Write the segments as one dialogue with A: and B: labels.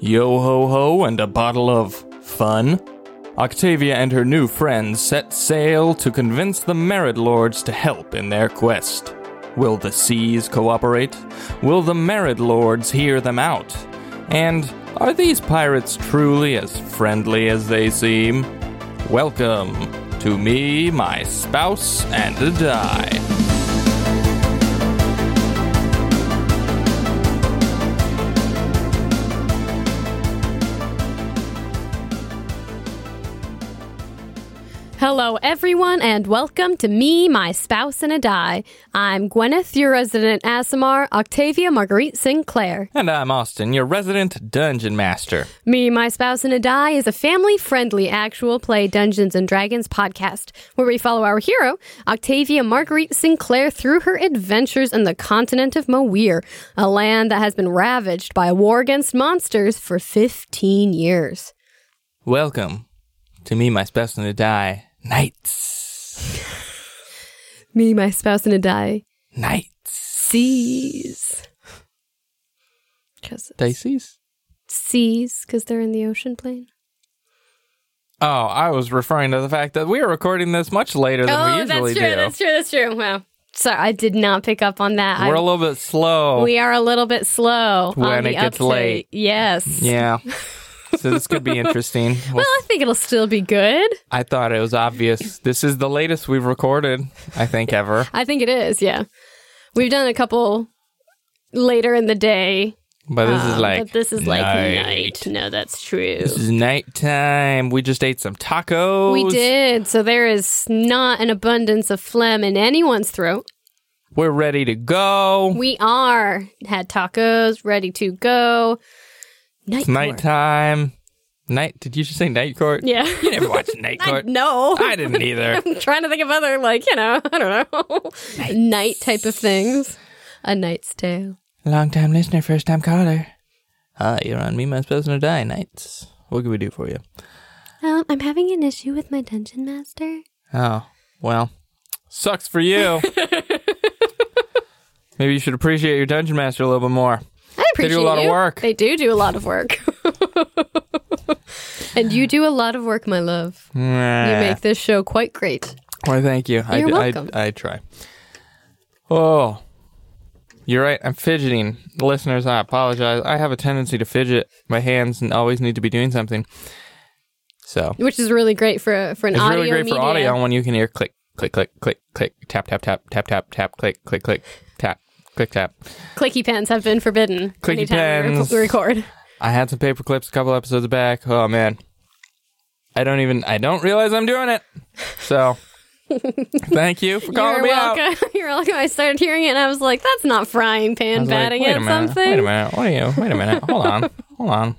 A: yo ho ho, and a bottle of fun, Octavia and her new friends set sail to convince the Merit Lords to help in their quest. Will the seas cooperate? Will the Merit Lords hear them out? And are these pirates truly as friendly as they seem? Welcome to me, my spouse, and a die.
B: Hello, everyone, and welcome to Me, My Spouse, and a Die. I'm Gwyneth, your resident Asimar, Octavia Marguerite Sinclair.
A: And I'm Austin, your resident dungeon master.
B: Me, My Spouse, and a Die is a family friendly actual play Dungeons and Dragons podcast where we follow our hero, Octavia Marguerite Sinclair, through her adventures in the continent of Moir, a land that has been ravaged by a war against monsters for 15 years.
A: Welcome to me, my spouse, and a die. Nights,
B: Me, My Spouse, and a Die
A: nights,
B: sees. Because
A: Daisies.
B: seas because they're in the ocean plane.
A: Oh, I was referring to the fact that we are recording this much later than we usually do.
B: Oh, true. That's true. Wow. Sorry, I did not pick up on that.
A: We're
B: I,
A: a little bit slow.
B: we are a little bit slow
A: When
B: on the
A: it gets
B: uptake.
A: late.
B: Yes.
A: yeah. so this could be interesting. Well,
B: Well, I think it'll still be good.
A: I thought it was obvious. This is the latest we've recorded, I think, ever.
B: I think it is. Yeah, we've done a couple later in the day.
A: But this is
B: um,
A: like
B: but this is like night. No, that's true.
A: This is nighttime. We just ate some tacos.
B: We did. So there is not an abundance of phlegm in anyone's throat.
A: We're ready to go.
B: We are had tacos ready to go. Night. court.
A: Nighttime. Night. Did you just say night court?
B: Yeah.
A: You never watched night
B: I,
A: court.
B: no.
A: I didn't either.
B: I'm trying to think of other, like, you know, I don't know, night type of things. A Knight's Tale.
A: Long time listener, first time caller. Hi, you're on Me, My Spouse, and I Die Nights. What can we do for you?
B: Um, I'm having an issue with my dungeon master.
A: Oh, well, sucks for you. Maybe you should appreciate your dungeon master a little bit more.
B: I
A: They
B: appreciate
A: do a lot of
B: you.
A: work.
B: They do do a lot of work. and you do a lot of work, my love. You
A: Mwah.
B: make this show quite great.
A: Why, thank you. I,
B: You're
A: d- I-
B: welcome.
A: I try. Oh, you're right. I'm fidgeting. Listeners, I apologize. I have a tendency to fidget my hands and always need to be doing something. So
B: Which is really great for for an
A: it's
B: audio
A: really great
B: media.
A: for audio when you can hear click, click, click, click, click, tap, tap, tap, tap, tap, tap, click, click, click, tap, click, tap.
B: Clicky pens have been forbidden.
A: Clicky
B: anytime we rec-
A: pens.
B: We record.
A: I had some paper clips a couple episodes back. Oh man, I don't even. I don't realize I'm doing it. So, thank you for calling
B: You're
A: me out.
B: welcome. You're welcome. I started hearing it and I was like, that's not frying
A: I
B: pan
A: was like,
B: batting
A: wait
B: at
A: a minute,
B: something.
A: Wait a minute. What are you? Wait a minute. Hold on. Hold on.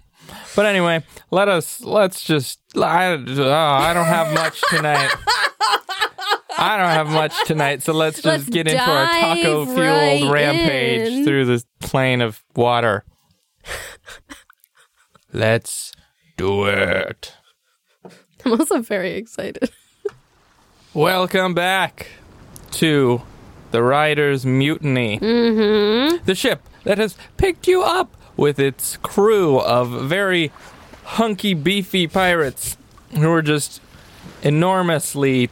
A: But anyway, let us. Let's just. I, oh, I don't have much tonight. I don't have much tonight, so let's just
B: Let's
A: get into our
B: dive
A: taco fueled
B: right
A: rampage
B: in.
A: through this plane of water. let's do it.
B: I'm also very excited.
A: Welcome back to the Riders' Mutiny. Mm-hmm. The ship that has picked you up with its crew of very hunky, beefy pirates who are just enormously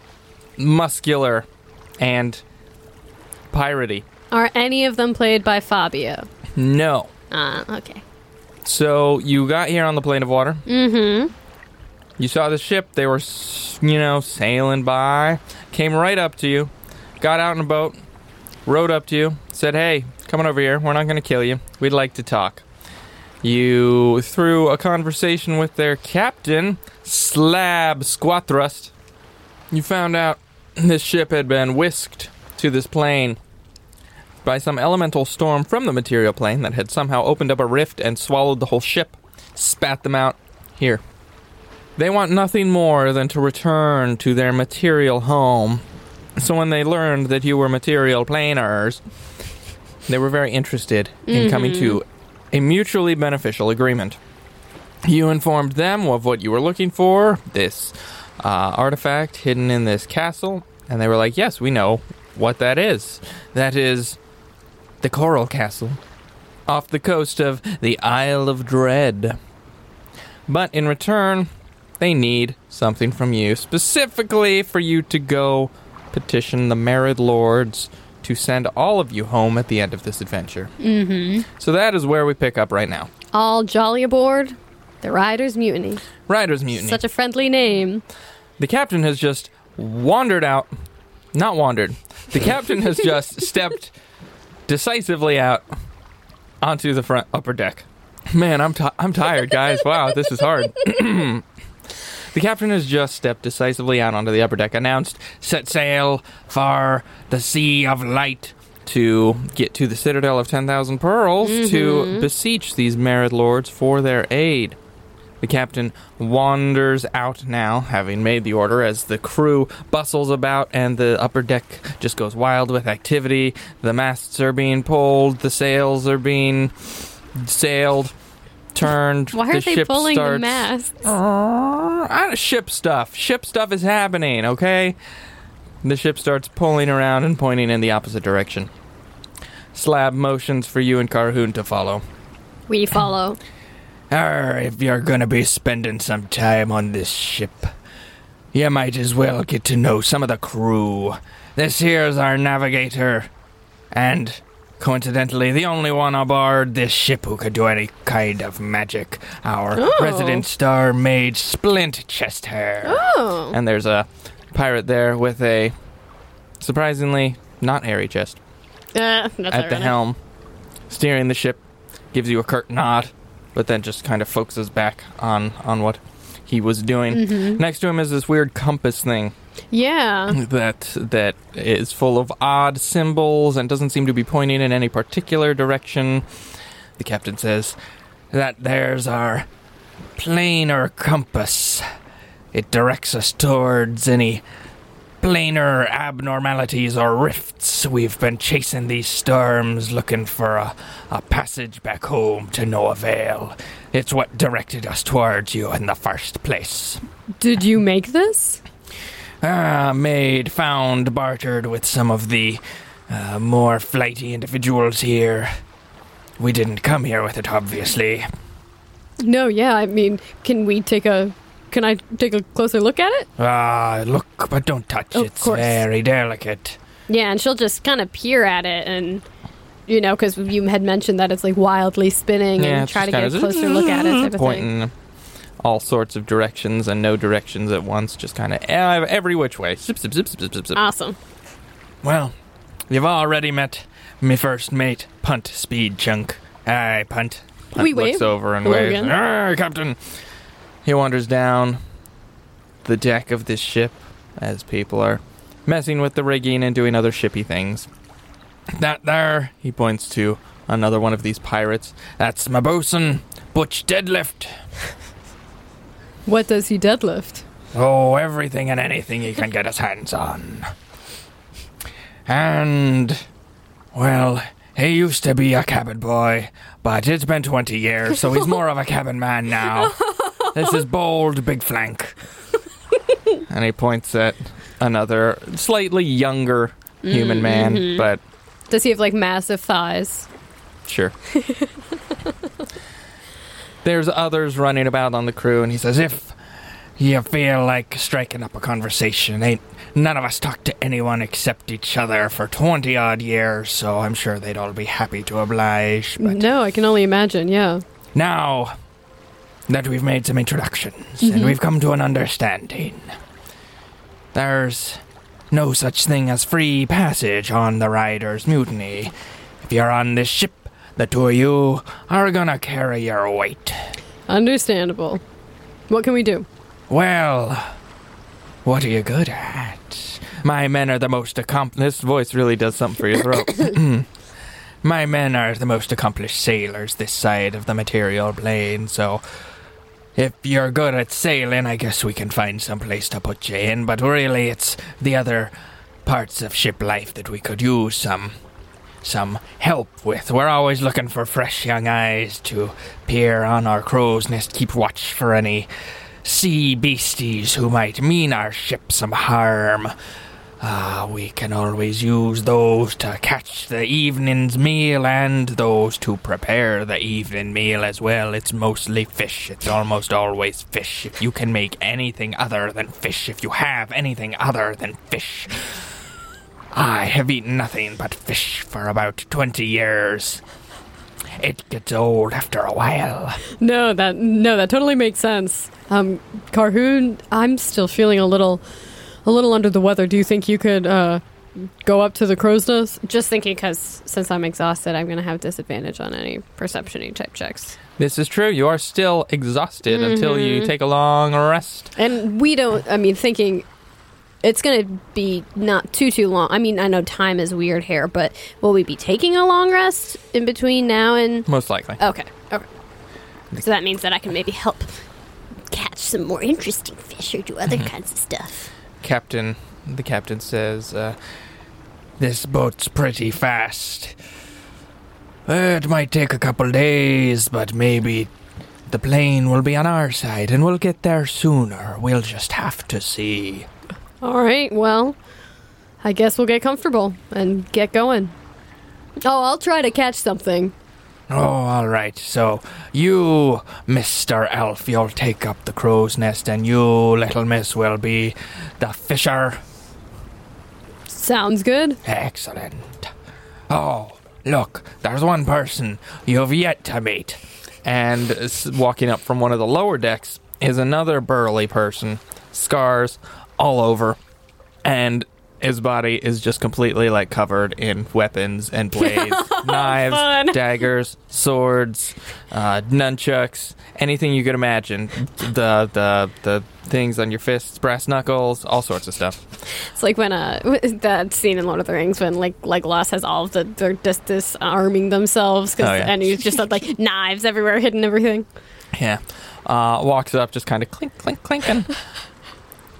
A: muscular and piratey.
B: Are any of them played by Fabio?
A: No.
B: Uh, okay.
A: So you got here on the plane of water. Mm-hmm. You saw the ship. They were, s- you know, sailing by. Came right up to you. Got out in a boat. Rowed up to you. Said, "Hey, come on over here. We're not going to kill you. We'd like to talk." You through a conversation with their captain, Slab Squathrust. You found out this ship had been whisked to this plane by some elemental storm from the material plane that had somehow opened up a rift and swallowed the whole ship, spat them out here. They want nothing more than to return to their material home. So when they learned that you were material planers, they were very interested in coming to a mutually beneficial agreement. You informed them of what you were looking for, this uh, artifact hidden in this castle, and they were like, Yes, we know what that is. That is the Coral Castle, off the coast of the Isle of Dread. But in return, they need something from you, specifically for you to go petition the married lords to send all of you home at the end of this adventure. Mm-hmm. So that is where we pick up right now.
B: All jolly aboard the Riders' Mutiny.
A: Riders' Mutiny.
B: Such a friendly name.
A: the captain has just wandered out. Not wandered. The captain has just stepped decisively out onto the front upper deck. Man, I'm ti I'm tired, guys. Wow, this is hard. the captain has just stepped decisively out onto the upper deck, announced set sail for the sea of light to get to the citadel of 10,000 pearls
B: Mm-hmm.
A: to beseech these married lords for their aid. The captain wanders out now, having made the order, as the crew bustles about and the upper deck just goes wild with activity. The masts are being pulled, the sails are being sailed, turned.
B: Why are
A: the
B: they
A: ship
B: pulling
A: starts.
B: the masts?
A: Uh, I don't- ship stuff. Ship stuff is happening, okay? The ship starts pulling around and pointing in the opposite direction. Slab motions for you and Carhoon to follow.
B: We follow.
A: Arr, if you're gonna be spending some time on this ship, you might as well get to know some of the crew. This here's our navigator, and coincidentally, the only one aboard this ship who could do any kind of magic. Our
B: Oh.
A: resident star mage, Splint Chester.
B: Oh.
A: And there's a pirate there with a surprisingly not hairy chest
B: Uh, that's
A: at the
B: ironic.
A: helm, steering the ship, gives you a curt nod, but then just kind of focuses back on on what he was doing.
B: Mm. Mm-hmm.
A: Next to him is this weird compass thing
B: Yeah.
A: that that is full of odd symbols and doesn't seem to be pointing in any particular direction. The captain says that there's our planar compass. It directs us towards any planar abnormalities or rifts. We've been chasing these storms looking for a, a passage back home to no avail. It's what directed us towards you in the first place.
B: Did you make this?
A: Ah, made, found, bartered with some of the uh, more flighty individuals here. We didn't come here with it, obviously.
B: No, yeah. I mean, can we take a. Can I take a closer look at it?
A: Ah, look, but don't touch.
B: Of
A: it's
B: course.
A: very delicate.
B: Yeah, and she'll just kind of peer at it and. You know, because you had mentioned that it's like wildly spinning and try to get a closer look at it. Type of thing.
A: Pointing all sorts of directions and no directions at once, just kind of every which way. Zip, zip, zip, zip, zip, zip, zip.
B: Awesome.
A: Well, you've already met me first mate, Punt Speed Chunk. Aye, Punt. Punt
B: We
A: looks
B: wave.
A: over and
B: Hello
A: waves.
B: again.
A: Aye, Captain. He wanders down the deck of this ship as people are messing with the rigging and doing other shippy things. That there, he points to another one of these pirates. That's my bosun, Butch Deadlift.
B: What does he deadlift?
A: Oh, everything and anything he can get his hands on. And, well, he used to be a cabin boy, but it's been 20 years, so he's more of a cabin man now. This is bold Big Flank. and he points at another, slightly younger
B: Mm,
A: human
B: Mm-hmm.
A: man, but
B: Does he have like massive thighs?
A: Sure. There's others running about on the crew, and he says, If you feel like striking up a conversation, ain't none of us talked to anyone except each other for 20 odd years, so I'm sure they'd all be happy to oblige. But
B: No, I can only imagine. Yeah.
A: now that we've made some introductions and we've come to an understanding, there's no such thing as free passage on the Riders' Mutiny. If you're on this ship, the two of you are gonna carry your weight.
B: Understandable. What can we do?
A: Well, what are you good at? My men are the most accomplished. This voice really does something for your throat. My men are the most accomplished sailors this side of the material plane, so if you're good at sailing, I guess we can find some place to put you in, but really it's the other parts of ship life that we could use some some help with. We're always looking for fresh young eyes to peer on our crow's nest, keep watch for any sea beasties who might mean our ship some harm. Ah, we can always use those to catch the evening's meal and those to prepare the evening meal as well. It's mostly fish. It's almost always fish. If you can make anything other than fish, if you have anything other than fish. I have eaten nothing but fish for about 20 years. It gets old after a while.
B: No, that no, that totally makes sense. Um, Carhoon, I'm still feeling a little, a little under the weather. Do you think you could uh, go up to the crow's nest? Just thinking, because since I'm exhausted, I'm gonna have disadvantage on any perception type checks.
A: This is true. You are still exhausted until you take a long rest.
B: And we don't. I mean, thinking it's gonna be not too too long. I mean, I know time is weird here, but will we be taking a long rest in between now and?
A: Most likely.
B: Okay. Okay. So that means that I can maybe help catch some more interesting fish or do other kinds of stuff.
A: Captain, the captain says, uh, "This boat's pretty fast. Uh, It might take a couple days, but maybe the plane will be on our side, and we'll get there sooner. We'll just have to see."
B: All right, well, I guess we'll get comfortable and get going. Oh, I'll try to catch something.
A: Oh, all right. So you, Mister Elf, you'll take up the crow's nest, and you, little miss, will be the fisher.
B: Sounds good.
A: Excellent. Oh, look, there's one person you've yet to meet. And s- walking up from one of the lower decks is another burly person, scars all over, and his body is just completely like covered in weapons and blades, knives,
B: Fun.
A: daggers, swords, uh, nunchucks, anything you could imagine. The the the things on your fists, brass knuckles, all sorts of stuff.
B: It's like when uh that scene in Lord of the Rings when like Legolas has all of the they're just disarming themselves 'cause-
A: Oh, yeah.
B: and he's just had like knives everywhere, hidden everything.
A: Yeah. Uh, walks up, just kind of clink, clink, clinking.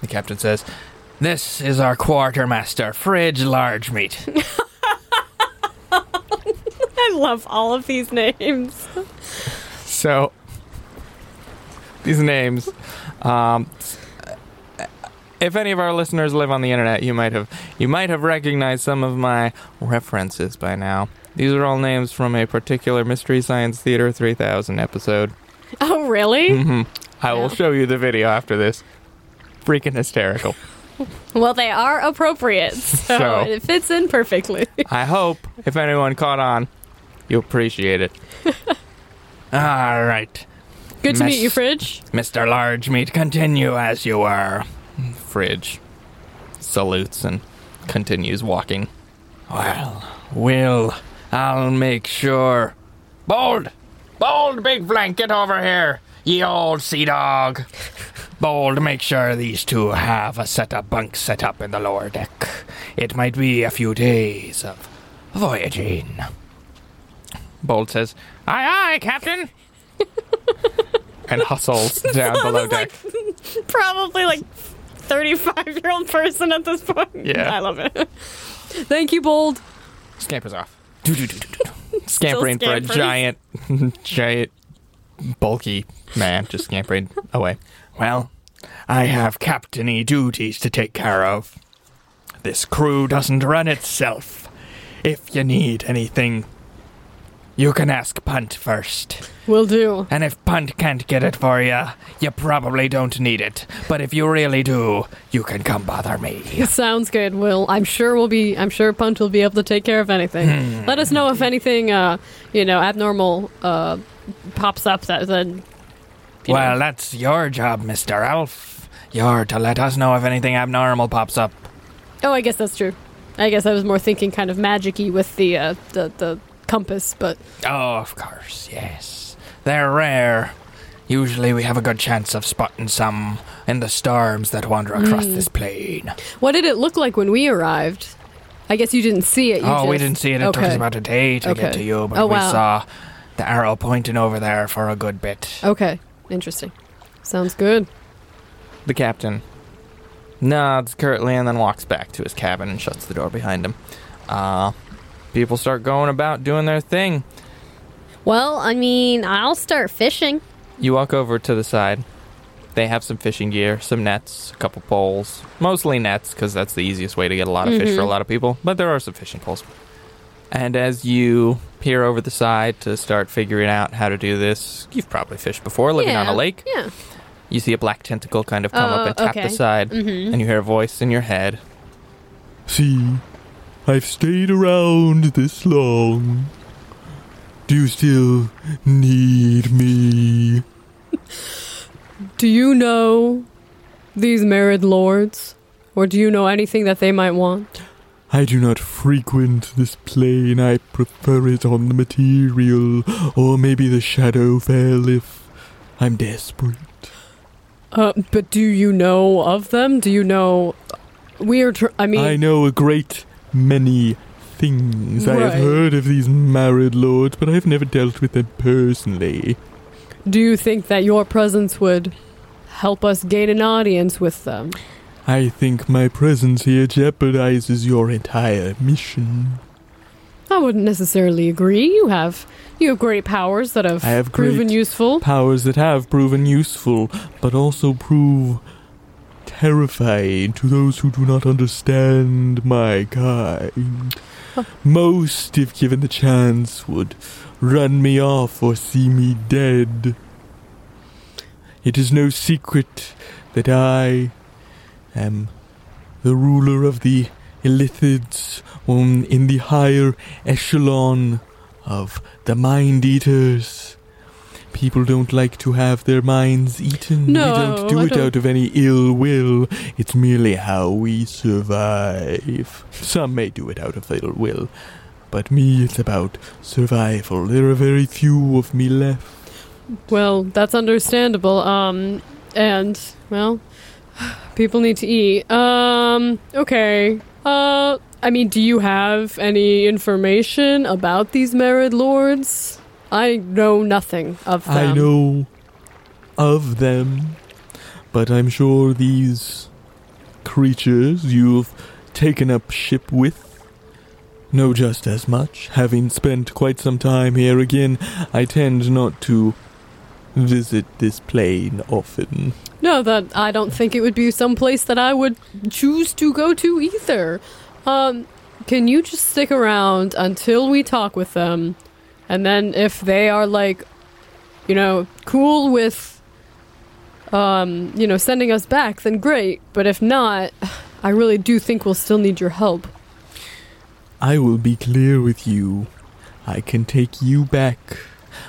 A: the captain says, This is our quartermaster, Fridge Large Meat.
B: I love all of these names.
A: so, these names. Um, if any of our listeners live on the internet, you might have you might have recognized some of my references by now. These are all names from a particular Mystery Science Theater 3000 episode.
B: Oh, really?
A: hmm I
B: Yeah.
A: will show you the video after this. Freaking hysterical.
B: Well, they are appropriate, so,
A: So.
B: it fits in perfectly.
A: I hope if anyone caught on, you appreciate it. All right,
B: Good to meet
A: Mess.
B: you, Fridge.
A: Mr. Large Meat, continue as you were. Fridge salutes and continues walking. Well, will I'll make sure. Bold! Bold, big flank, get over here, ye old sea dog. Bold, make sure these two have a set of bunks set up in the lower deck. It might be a few days of voyaging. Bold says, Aye, aye, Captain! and hustles down below
B: Sounds like
A: deck.
B: probably like 35 year old person at this point.
A: Yeah.
B: I love it. Thank you, Bold.
A: Scampers off. Doo-doo-doo-doo-doo. Scampering for a
B: scampers.
A: giant, giant, bulky man just scampering away. Well, I have captainy duties to take care of. This crew doesn't run itself. If you need anything, you can ask Punt first.
B: Will do.
A: And if Punt can't get it for you, you probably don't need it. But if you really do, you can come bother me.
B: Sounds good. Will I'm sure we'll be. I'm sure Punt will be able to take care of
A: Hmm.
B: anything. Let us know if anything, uh, you know, abnormal uh, pops up. That then. you know.
A: Well, that's your job, Mr. Elf. You're to let us know if anything abnormal pops up.
B: Oh, I guess that's true. I guess I was more thinking kind of magicy with the uh, the the compass, but
A: Oh, of course, yes. They're rare. Usually we have a good chance of spotting some in the storms that wander across
B: Hmm.
A: this plain.
B: what did it look like when we arrived? I guess you didn't see it. You
A: oh, we
B: just-
A: didn't see it. It took
B: Okay.
A: us about a day to
B: Okay.
A: get to you, but
B: Oh,
A: we
B: wow.
A: saw the arrow pointing over there for a good bit.
B: Okay, interesting. Sounds good.
A: The captain nods curtly and then walks back to his cabin and shuts the door behind him. Uh, people start going about doing their thing.
B: Well, I mean, I'll start fishing.
A: You walk over to the side
C: They have some fishing gear, some nets, a couple poles, mostly nets because that's the easiest way to get a lot of fish
B: Mm-hmm.
C: for a lot of people. But there are some fishing poles. And as you peer over the side to start figuring out how to do this, you've probably fished before living on
B: Yeah.
C: a lake.
B: Yeah.
C: You see a black tentacle kind of come
B: Oh,
C: up and tap
B: okay. Mm-hmm.
C: the side, and you hear a voice in your head.
D: See, I've stayed around this long. Do you still need me?
B: Do you know these married lords? Or do you know anything that they might want?
D: I do not frequent this plane. I prefer it on the material, or maybe the shadow fell if I'm desperate.
B: Uh, but do you know of them? Do you know. uh, We are. Tr- I mean.
D: I know a great many things. I have
B: Right.
D: heard of these married lords, but I have never dealt with them personally.
B: Do you think that your presence would help us gain an audience with them?
D: I think my presence here jeopardizes your entire mission.
B: I wouldn't necessarily agree. You have you have great powers that have,
D: I have
B: proven
D: great-
B: useful.
D: powers that have proven useful, but also prove terrifying to those who do not understand my kind. Most, if given the chance, would run me off or see me dead. It is no secret that I am the ruler of the Illithids, um, in the higher echelon of the Mind Eaters. People don't like to have their minds eaten.
B: No,
D: we don't do
B: I
D: it
B: don't-
D: out of any ill will. It's merely how we survive. Some may do it out of ill will, but me, it's about survival. There are very few of me left.
B: Well, that's understandable. Um, and well, people need to eat. Um, okay. Uh, I mean, do you have any information about these married lords? I know nothing of them.
D: I know of them, but I'm sure these creatures you've taken up ship with know just as much. Having spent quite some time here again, I tend not to visit this plane often.
B: No, that I don't think it would be some place that I would choose to go to either. Um, can you just stick around until we talk with them, and then if they are like, you know, cool with, um, you know, sending us back, then great. But if not, I really do think we'll still need your help.
D: I will be clear with you. I can take you back.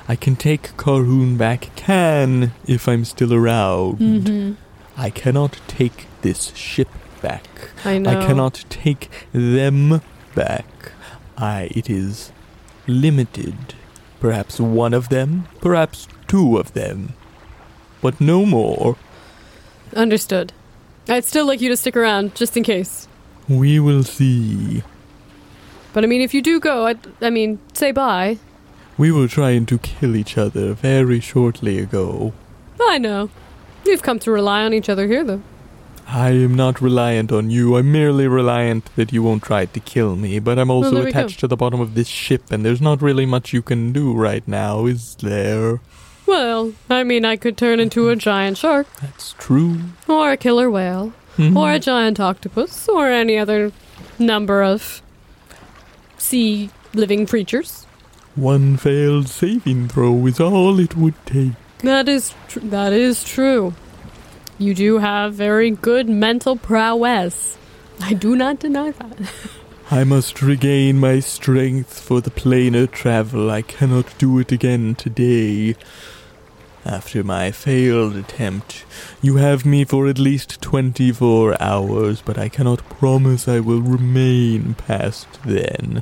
D: I can take Karhun back. Can, if I'm still around.
B: Mm-hmm.
D: I cannot take this ship back.
B: I know.
D: I cannot take them back. I it is limited. Perhaps one of them, perhaps two of them. But no more.
B: Understood. I'd still like you to stick around just in case.
D: We will see.
B: But I mean, if you do go, I, I mean, say bye.
D: We were trying to kill each other very shortly ago.
B: I know. We've come to rely on each other here, though.
D: I am not reliant on you. I'm merely reliant that you won't try to kill me, but I'm also
B: there we go.
D: attached to the bottom of this ship, and there's not really much you can do right now, is there?
B: Well, I mean, I could turn into a giant shark,
D: That's true.
B: or a killer whale,
D: Mhm.
B: or a giant octopus, or any other number of sea living creatures.
D: One failed saving throw is all it would take.
B: That is tr- that is true. You do have very good mental prowess. I do not deny that.
D: I must regain my strength for the planar travel. I cannot do it again today. After my failed attempt, you have me for at least 24 hours, but I cannot promise I will remain past then.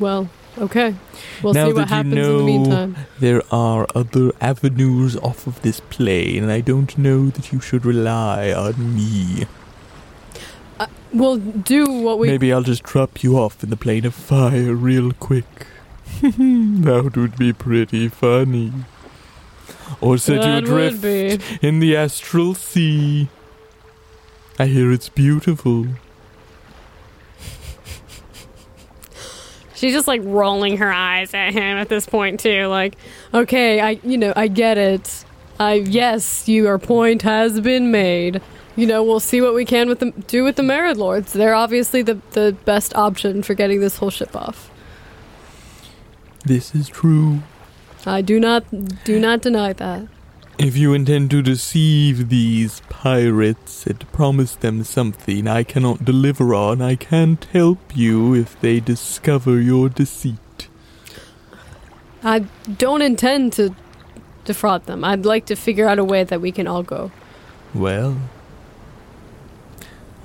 B: Well, okay. We'll
D: Now
B: see what
D: that you
B: happens in the
D: know-
B: meantime.
D: There are other avenues off of this plane, and I don't know that you should rely on me.
B: We'll do what we
D: Maybe I'll just drop you off in the plane of fire real quick. that would be pretty funny. Or set you
B: that would
D: adrift
B: be.
D: in the astral sea. I hear it's beautiful.
B: She's just like rolling her eyes at him at this point too, like, okay, I you know, I get it. I yes, your point has been made. You know, we'll see what we can with the do with the Merid Lords. They're obviously the the best option for getting this whole ship off.
D: This is true.
B: I do not do not deny that.
D: If you intend to deceive these pirates and promise them something I cannot deliver on, I can't help you if they discover your deceit.
B: I don't intend to defraud them. I'd like to figure out a way that we can all go.
D: Well,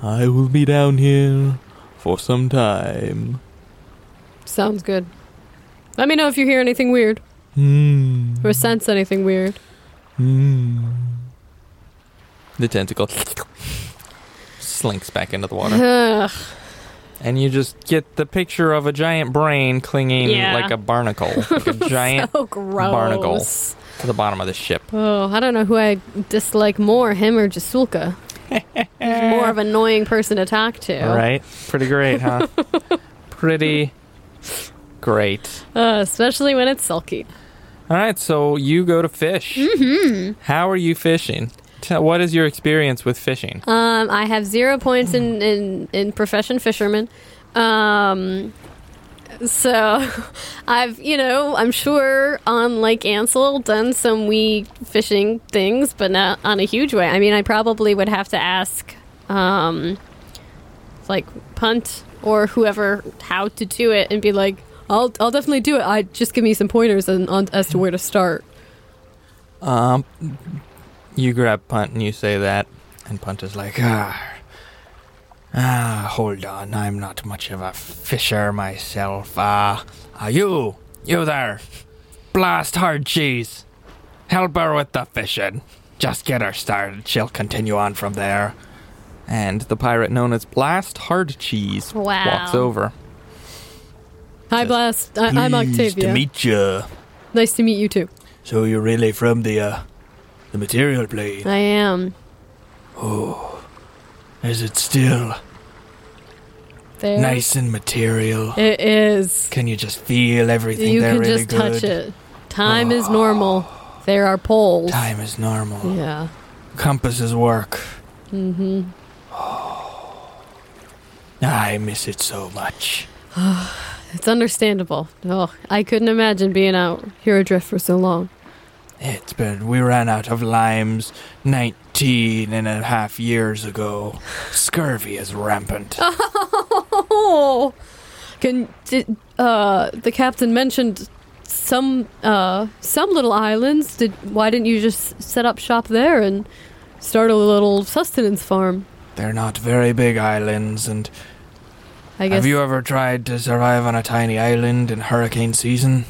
D: I will be down here for some time.
B: Sounds good. Let me know if you hear anything weird
D: Hmm.
B: or sense anything weird.
D: Hmm.
C: The tentacle slinks back into the water.
B: Ugh.
C: And you just get the picture of a giant brain clinging
B: Yeah.
C: like a barnacle, like a giant
B: so gross.
C: barnacle. to the bottom of the ship.
B: Oh, I don't know who I dislike more, him or Jasulka. He's more of an annoying person to talk to.
C: Right? Pretty great, huh? Pretty great.
B: Uh, especially when it's sulky.
C: All right, so you go to fish.
B: Mm.
C: Mm-hmm. How are you fishing? Tell- What is your experience with fishing?
B: Um, I have zero points in in, in profession fisherman. Um, so I've you know I'm sure on Lake Ansel done some wee fishing things, but not on a huge way. I mean, I probably would have to ask, um, like Punt or whoever how to do it, and be like, I'll I'll definitely do it. I just give me some pointers and on, as to where to start.
C: Um, you grab Punt and you say that, and Punt is like, ah, ah, hold on, I'm not much of a fisher myself. Ah, ah, you, you there, blast her cheese, help her with the fishing. Just get her started. She'll continue on from there. And the pirate known as Blast Hard Cheese
B: Wow.
C: walks over.
B: Hi,
C: Just
B: Blast. I, I'm
A: Pleased
B: Octavia.
A: to meet you.
B: nice to meet you too.
A: So you're really from the uh, the material plane?
B: I am.
A: Is it still
B: There.
A: nice and material?
B: It is.
A: Can you just feel everything
B: You
A: there
B: can
A: really
B: just
A: good?
B: touch it. Time is normal. There are poles.
A: Time is normal.
B: Yeah.
A: Compasses work.
B: hmm
A: I miss it so much.
B: It's understandable. Oh, I couldn't imagine being out here adrift for so long.
A: It's been we ran out of limes 19 and a half years ago. Scurvy is rampant.
B: Oh, can did, uh the captain mentioned some uh some little islands? Did why didn't you just set up shop there and start a little sustenance farm?
A: They're not very big islands and
B: I guess
A: have you ever tried to survive on a tiny island in hurricane season?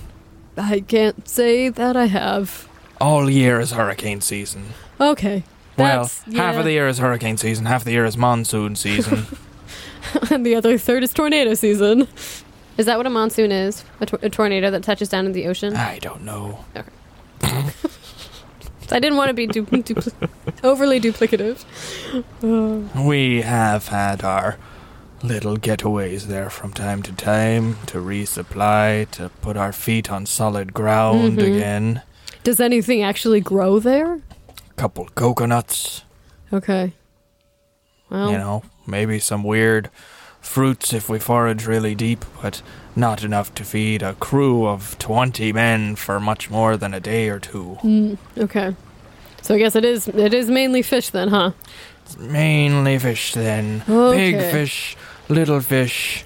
B: I can't say that I have.
A: All year is hurricane season.
B: Okay.
A: Well,
B: That's,
A: half
B: yeah.
A: of the year is hurricane season, half the year is monsoon season.
B: and the other third is tornado season. Is that what a monsoon is? A, tor- a tornado that touches down in the ocean?
A: I don't know.
B: I didn't want to be du- dupli- overly duplicative. Uh,
A: We have had our little getaways there from time to time to resupply, to put our feet on solid ground
B: Mhm.
A: again.
B: does anything actually grow there?
A: Couple coconuts,
B: Okay. Well,
A: you know, maybe some weird fruits if we forage really deep, but not enough to feed a crew of 20 men for much more than a day or two.
B: mm, okay. So I guess it is it is mainly fish then, huh?
A: It's mainly fish then. Big
B: Okay.
A: fish, little fish,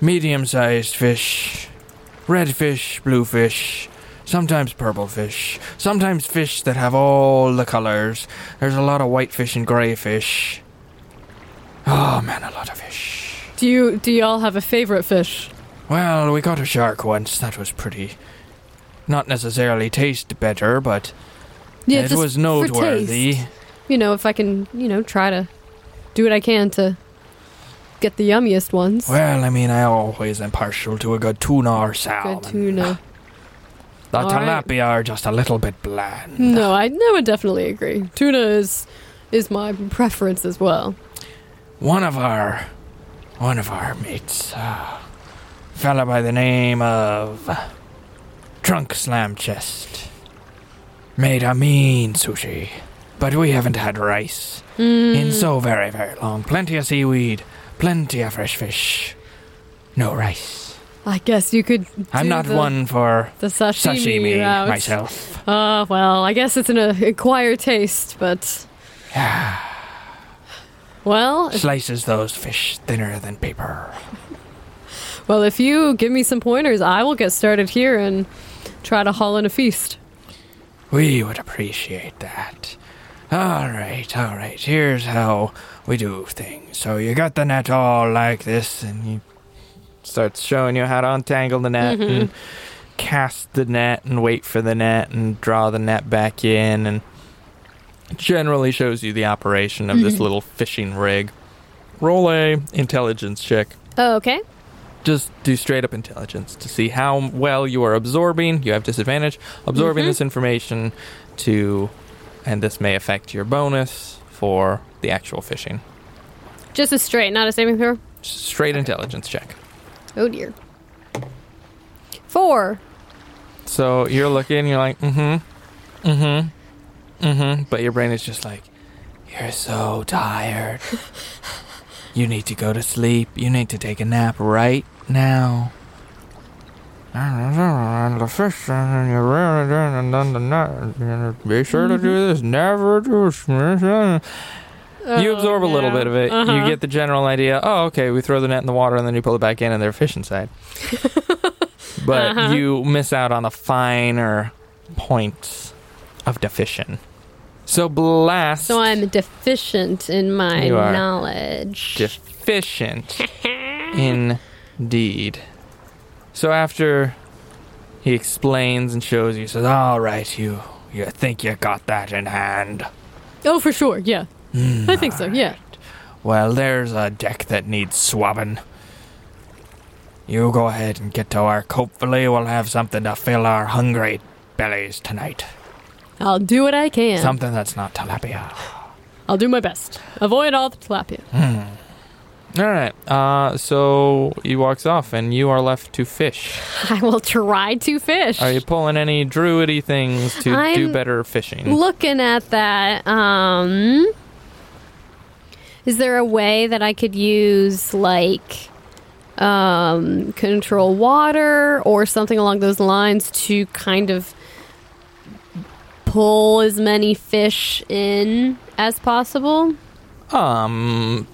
A: medium sized fish, red fish, blue fish, sometimes purple fish, sometimes fish that have all the colors. There's a lot of white fish and gray fish. Oh man, a lot of fish.
B: Do you do you all have a favorite fish?
A: Well, we got a shark once. That was pretty. Not necessarily taste better, but
B: Yeah,
A: it
B: just
A: was
B: for
A: noteworthy.
B: taste. You know, if I can, you know, try to do what I can to get the yummiest ones.
A: Well, I mean, I always am partial to a good tuna or salmon.
B: Good tuna.
A: The
B: All right.
A: tilapia are just a little bit bland.
B: No, I no, I definitely agree. Tuna is is my preference as well.
A: One of our, one of our mates, uh, fella by the name of Trunk Slam Chest, made a mean sushi. But we haven't had rice
B: Mm.
A: in so very, very long. Plenty of seaweed, plenty of fresh fish. No rice.
B: I guess you could.
A: I'm
B: do
A: not
B: the-
A: one for
B: The sashimi,
A: sashimi
B: route.
A: myself.
B: Uh, well, I guess it's an uh, acquired taste, but. Well,
A: Slices those fish thinner than paper.
B: well, if you give me some pointers, I will get started here and try to haul in a feast.
A: We would appreciate that. All right, all right. Here's how we do things. So you got the net all like this, and you
C: starts showing you how to untangle the net and cast the net and wait for the net and draw the net back in and generally shows you the operation of this little fishing rig. Roll a intelligence check.
B: Oh, okay.
C: Just do straight up intelligence to see how well you are absorbing. You have disadvantage absorbing this information to, and this may affect your bonus for the actual fishing.
B: Just a straight, not a saving throw.
C: Straight intelligence check.
B: Oh dear. Four.
C: So you're looking, you're like, mm hmm, mm hmm, mm hmm. But your brain is just like,
A: You're so tired. you need to go to sleep. You need to take a nap right now.
C: and the fish, and you're reeling it in, and then the net, and be sure to do this, never do this.
B: Oh,
C: You absorb a little bit of it.
B: Uh-huh.
C: You get the general idea. Oh, okay, we throw the net in the water, and then you pull it back in, and there are fish inside. but
B: Uh-huh.
C: you miss out on the finer points of the fishing. So blast.
B: So I'm deficient in my
C: You are.
B: knowledge.
C: deficient indeed. So after he explains and shows you, says, "Ah,
A: All right, you. You think you got that in hand?
B: oh, for sure. Yeah. I think so. Yeah.
A: Hmm. Well, there's a deck that needs swabbing. You go ahead and get to work. Hopefully, we'll have something to fill our hungry bellies tonight.
B: I'll do what I can.
A: Something that's not tilapia.
B: I'll do my best. Avoid all the tilapia.
A: Hmm.
C: all right." Uh, so he walks off, and you are left to fish.
B: I will try to fish.
C: Are you pulling any druidy things to do
B: I'm-
C: better fishing?
B: looking at that? Um, is there a way that I could use like um, control water or something along those lines to kind of pull as many fish in as possible?
C: um.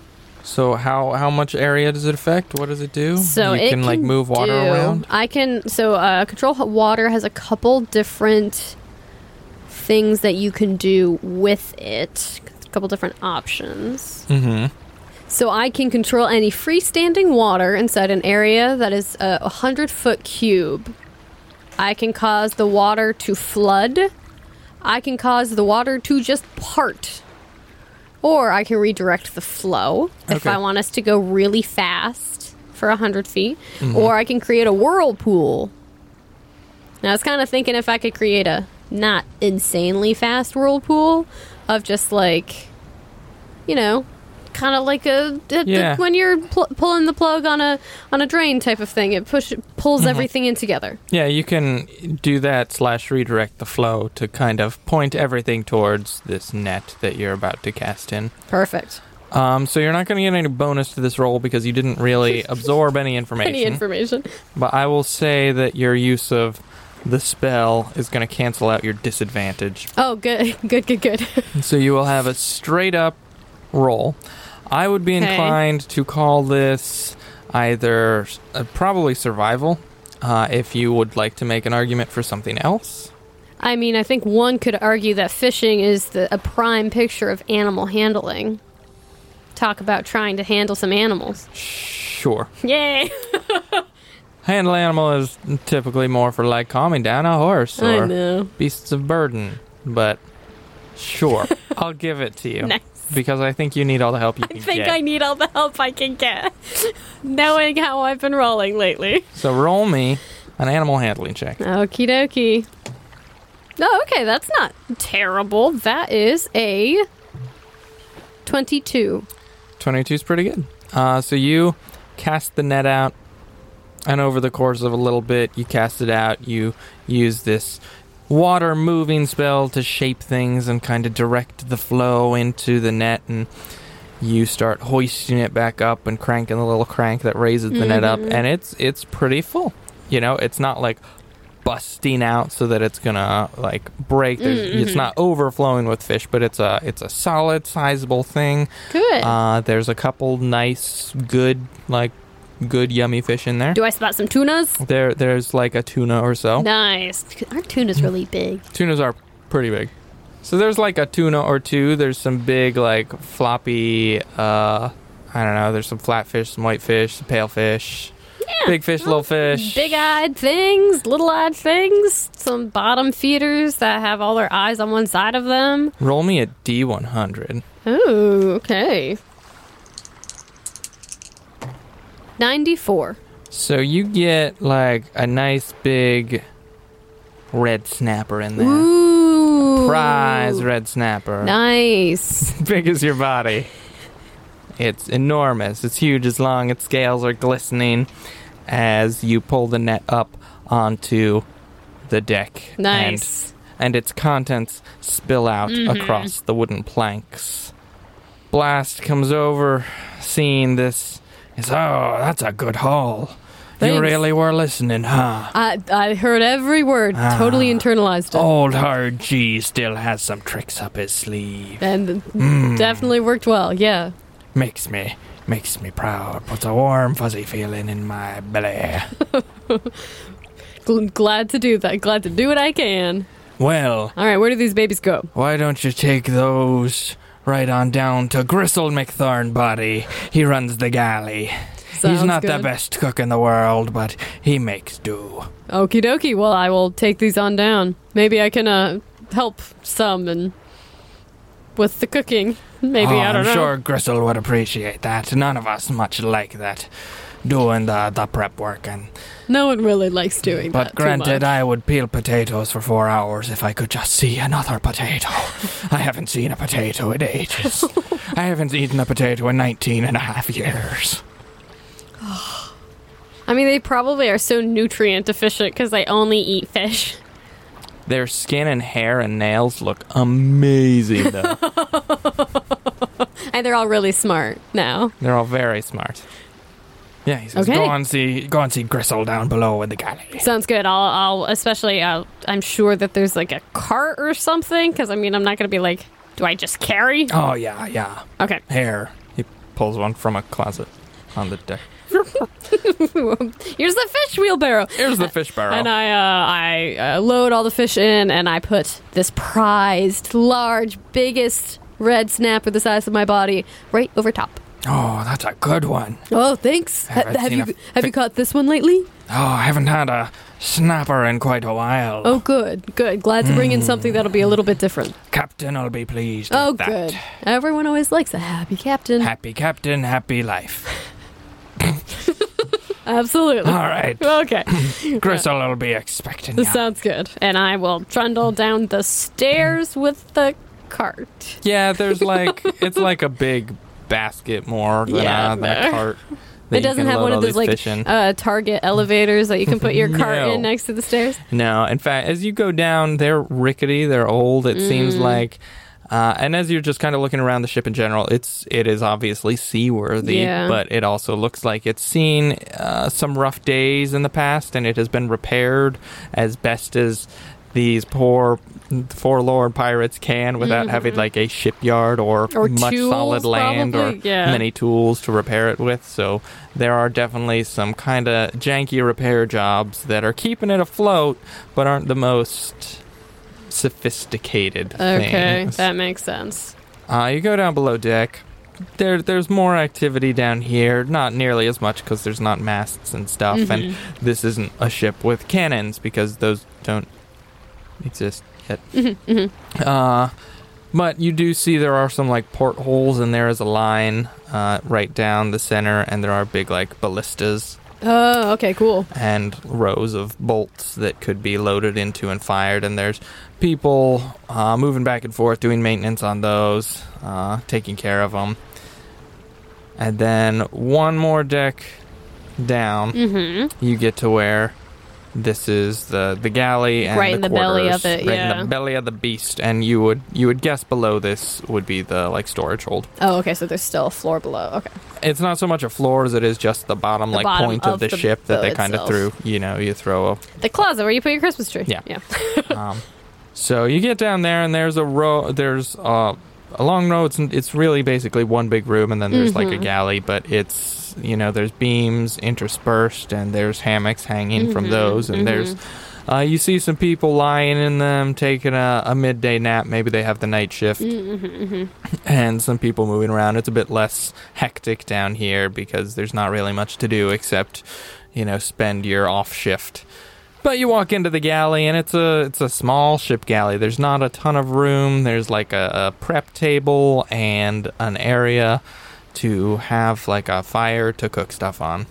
C: So how how much area does it affect? What does it do?
B: So
C: you
B: it
C: can, like move water
B: do-
C: around.
B: I can. So uh, control h- water has a couple different things that you can do with it. A couple different options.
C: Mm-hmm.
B: So I can control any freestanding water inside an area that is a 100 foot cube. I can cause the water to flood. I can cause the water to just part. Or I can redirect the flow if
C: Okay.
B: I want us to go really fast for 100 feet.
C: Mm-hmm.
B: Or I can create a whirlpool. And I was kind of thinking if I could create a not insanely fast whirlpool of just like, you know, kind of like a d- d-
C: Yeah.
B: when you're pl- pulling the plug on a on a drain type of thing. It push pulls everything in together.
C: Yeah, you can do that slash redirect the flow to kind of point everything towards this net that you're about to cast in.
B: Perfect.
C: Um, so you're not going to get any bonus to this roll because you didn't really absorb any information.
B: Any information?
C: but I will say that your use of the spell is going to cancel out your disadvantage.
B: Oh, good, good, good, good.
C: so you will have a straight up roll. I would be
B: Okay.
C: inclined to call this either uh, probably survival, uh, if you would like to make an argument for something else.
B: I mean, I think one could argue that fishing is the, a prime picture of animal handling. Talk about trying to handle some animals.
C: Sure.
B: Yay!
C: Handle animal is typically more for like calming down a horse
B: I
C: or
B: know.
C: beasts of burden, but sure, I'll give it to you
B: Nice.
C: because I think you need all the help you
B: I
C: can
B: think
C: get.
B: I need all the help I can get, knowing how I've been rolling lately.
C: so roll me an animal handling check.
B: Okie dokie. Oh, okay, that's not terrible. That is a 22.
C: 22 is pretty good. Uh, so you cast the net out, and over the course of a little bit, you cast it out. You use this water moving spell to shape things and kind of direct the flow into the net and you start hoisting it back up and cranking the little crank that raises the net up
B: Mhm.
C: and it's it's pretty full you know it's not like busting out so that it's gonna like break There's,
B: Mhm.
C: it's not overflowing with fish but it's a it's a solid sizable thing
B: Good.
C: uh, there's a couple nice good like good yummy fish in there
B: Do I spot some tunas?
C: there there's like a tuna or so
B: Nice. Our tuna's really big.
C: tunas are pretty big. So there's like a tuna or two. There's some big like floppy. uh I don't know. There's some flatfish, some whitefish, some pale fish,
B: Yeah.
C: big fish, little fish.
B: Big eyed things, little eyed things, some bottom feeders that have all their eyes on one side of them.
C: Roll me a D100.
B: Ooh, okay. 94.
C: So you get like a nice big red snapper in there.
B: Ooh.
C: Prize red snapper.
B: Nice.
C: big as your body. It's enormous. It's huge, it's long, its scales are glistening as you pull the net up onto the deck.
B: Nice.
C: And, and its contents spill out across the wooden planks. Blast comes over, seeing this.
A: It's, oh, that's a good haul.
B: Thanks.
A: You really were listening, huh?
B: I, I heard every word,
A: Ah.
B: totally internalized it.
A: Old hard G still has some tricks up his sleeve.
B: And
A: Hmm.
B: definitely worked well, yeah.
A: Makes me, makes me proud. Puts a warm, fuzzy feeling in my belly.
B: Gl- glad to do that. Glad to do what I can.
A: Well,
B: All right, where do these babies go?
A: Why don't you take those right on down to Gristle McThornbody? He runs the galley.
B: Sounds
A: He's not the
B: good.
A: best cook in the world, but he makes do.
B: Okie dokie. Well, I will take these on down. Maybe I can uh, help some and with the cooking. Maybe
A: Oh,
B: I don't
A: I'm
B: know.
A: sure Gristle would appreciate that. None of us much like that, doing the, the prep work. And,
B: No one really likes doing
A: but
B: that. too
A: granted,
B: much.
A: I would peel potatoes for four hours if I could just see another potato. I haven't seen a potato in ages. I haven't eaten a potato in 19 and a half years.
B: I mean, they probably are so nutrient deficient because they only eat fish.
C: Their skin and hair and nails look amazing, though.
B: And they're all really smart now.
C: They're all very smart.
A: Yeah, he says,
B: Okay.
A: go and see, go and see Gristle down below in the galley.
B: Sounds good. I'll, I'll especially, uh, I'm sure that there's like a cart or something because I mean, I'm not going to be like, do I just carry?
A: Oh yeah, yeah.
B: Okay.
A: Here,
C: He pulls one from a closet on the deck.
B: Here's the fish wheelbarrow.
C: Here's the fish barrel.
B: And I, uh, I uh, load all the fish in, and I put this prized, large, biggest red snapper the size of my body right over top.
A: Oh, that's a good one.
B: Oh, thanks.
A: Have I
B: Ha- have
A: seen
B: you
A: a
B: have you caught this one lately?
A: Oh, I haven't had a snapper in quite a while.
B: Oh, good, good. Glad to bring in something that'll be a little bit different.
A: Captain, I'll be pleased.
B: Oh,
A: with that.
B: good. Everyone always likes a happy captain.
A: Happy captain, happy life.
B: Absolutely.
A: All right,
B: Okay,
A: Gristle will be expecting you.
B: this sounds good. And I will trundle down the stairs with the cart.
C: Yeah, there's like it's like a big basket more than
B: Yeah,
C: uh, that
B: there.
C: cart. that
B: It
C: you
B: doesn't
C: can
B: have
C: load
B: one
C: all
B: of those
C: these
B: like
C: fish in.
B: uh, Target elevators that you can put your cart
C: No.
B: in next to the stairs.
C: No, in fact, as you go down, they're rickety. They're old. It seems
B: Mm.
C: like, uh, and as you're just kind of looking around the ship in general, it's it is obviously seaworthy,
B: Yeah.
C: but it also looks like it's seen uh, some rough days in the past, and it has been repaired as best as these poor forlorn pirates can without having like a shipyard or,
B: Mm-hmm. Or
C: much
B: tools,
C: solid land
B: probably,
C: or
B: yeah.
C: many tools to repair it with so there are definitely some kind of janky repair jobs that are keeping it afloat but aren't the most sophisticated
B: Okay,
C: things.
B: that makes sense.
C: Uh, you go down below deck. There, there's more activity down here. Not nearly as much because there's not masts and stuff, and
B: Mm-hmm.
C: this isn't a ship with cannons because those don't exist yet.
B: Mm-hmm.
C: Uh, but you do see there are some like portholes, and there is a line uh, right down the center, and there are big like ballistas
B: Oh, okay, cool.
C: and rows of bolts that could be loaded into and fired. And there's people uh, moving back and forth, doing maintenance on those, uh, taking care of them. And then one more deck down,
B: Mm-hmm.
C: you get to where This is the the galley and
B: Right in the belly of
C: quarters,
B: it,
C: right
B: yeah.
C: in the belly of the beast. And you would you would guess below this would be the like storage hold.
B: Oh, okay. So there's still a floor below. Okay.
C: It's not so much a floor as it is just the bottom
B: The
C: like
B: bottom
C: point of,
B: of
C: the,
B: the
C: ship that
B: boat
C: they kind of
B: itself.
C: threw. You know, you throw a
B: The closet where you put your Christmas tree.
C: Yeah.
B: Yeah.
C: um, so you get down there, and there's a row. There's uh, a long row. It's it's really basically one big room, and then there's like
B: Mhm.
C: a galley. But it's you know there's beams interspersed, and there's hammocks hanging from
B: Mhm,
C: those, and there's. Uh, you see some people lying in them, taking a, a midday nap. Maybe they have the night shift,
B: Mm-hmm, hmm
C: and some people moving around. It's a bit less hectic down here because there's not really much to do except, you know, spend your off shift. But you walk into the galley and it's a it's a small ship galley. There's not a ton of room. There's like a, a prep table and an area to have like a fire to cook stuff on.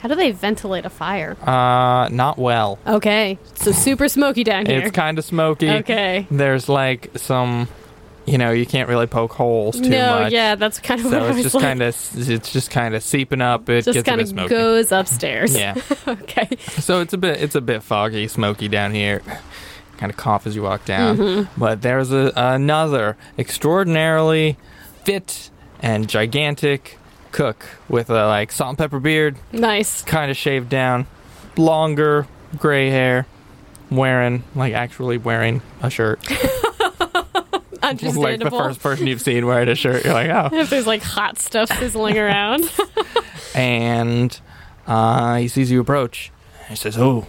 B: How do they ventilate a fire?
C: Uh, not well.
B: Okay. So super smoky down here.
C: It's kind of smoky.
B: okay.
C: There's like some, you know, you can't really poke holes too
B: no,
C: much.
B: yeah, that's kind of what
C: so
B: I
C: it's
B: was
C: just
B: like.
C: kind of it's just kind of seeping up. It
B: just
C: gets a
B: kind
C: bit
B: of
C: smoky.
B: goes upstairs.
C: yeah,
B: okay.
C: so it's a bit it's a bit foggy, smoky down here. Kind of cough as you walk down.
B: Mm-hmm.
C: But there's a, another extraordinarily fit and gigantic cook with a like salt and pepper beard,
B: Nice.
C: kind of shaved down, longer gray hair, wearing like actually wearing a shirt. like the
B: Understandable.
C: first person you've seen wearing a shirt, you're like, oh.
B: if there's like hot stuff sizzling around.
C: and uh, he sees you approach.
A: He says, Oh,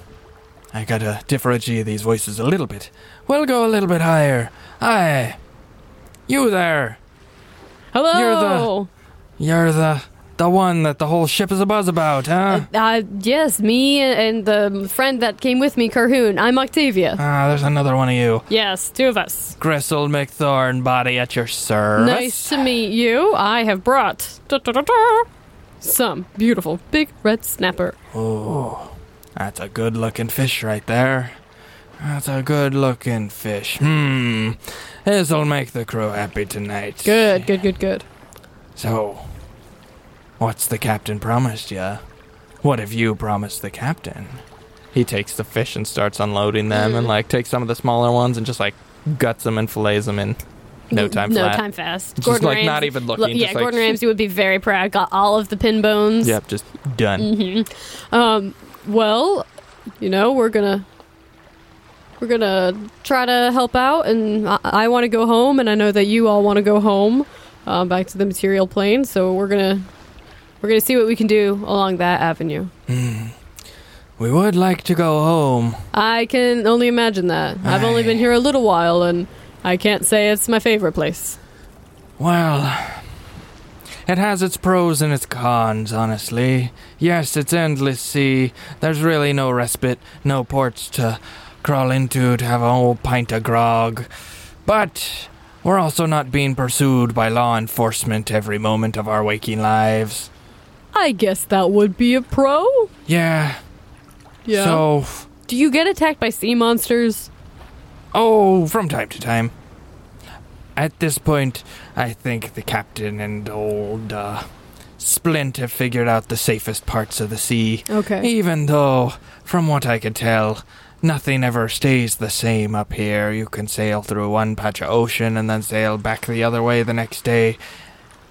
A: I gotta differentiate these voices a little bit. We'll go a little bit higher. Aye. You there.
B: Hello.
A: You're the the one that the whole ship is abuzz about, huh?
B: Uh, yes, me and the friend that came with me, Carhoon. I'm Octavia.
A: Ah, there's another one of you.
B: Yes, two of us.
A: Gristle McThorn body at your service.
B: Nice to meet you. I have brought da, da, da, da, some beautiful big red snapper.
A: Oh, that's a good looking fish right there. That's a good looking fish. Hmm. This'll make the crew happy tonight.
B: Good, good, good, good.
A: So, what's the captain promised ya? What have you promised the captain?
C: He takes the fish and starts unloading them,
B: Mm.
C: and like takes some of the smaller ones and just like guts them and fillets them in no time
B: Mm, no
C: flat.
B: time fast.
C: Just like not even looking.
B: Lo- yeah,
C: just, like,
B: Gordon Ramsay would be very proud. Got all of the pin bones.
C: Yep, just done.
B: Um, well, you know, we're gonna we're gonna try to help out, and I, I want to go home, and I know that you all want to go home, um, back to the material plane. So we're gonna we're gonna see what we can do along that avenue.
A: Hmm, We would like to go home.
B: I can only imagine that. I've only been here a little while, and I can't say it's my favorite place.
A: Well, it has its pros and its cons, honestly. Yes, it's endless sea. There's really no respite, no ports to crawl into to have a whole pint of grog. But we're also not being pursued by law enforcement every moment of our waking lives.
B: I guess that would be a pro.
A: Yeah,
B: Yeah.
A: so.
B: do you get attacked by sea monsters?
A: Oh, from time to time. At this point, I think the captain and old uh, Splint have figured out the safest parts of the sea.
B: Okay.
A: Even though, from what I could tell, nothing ever stays the same up here. You can sail through one patch of ocean and then sail back the other way the next day,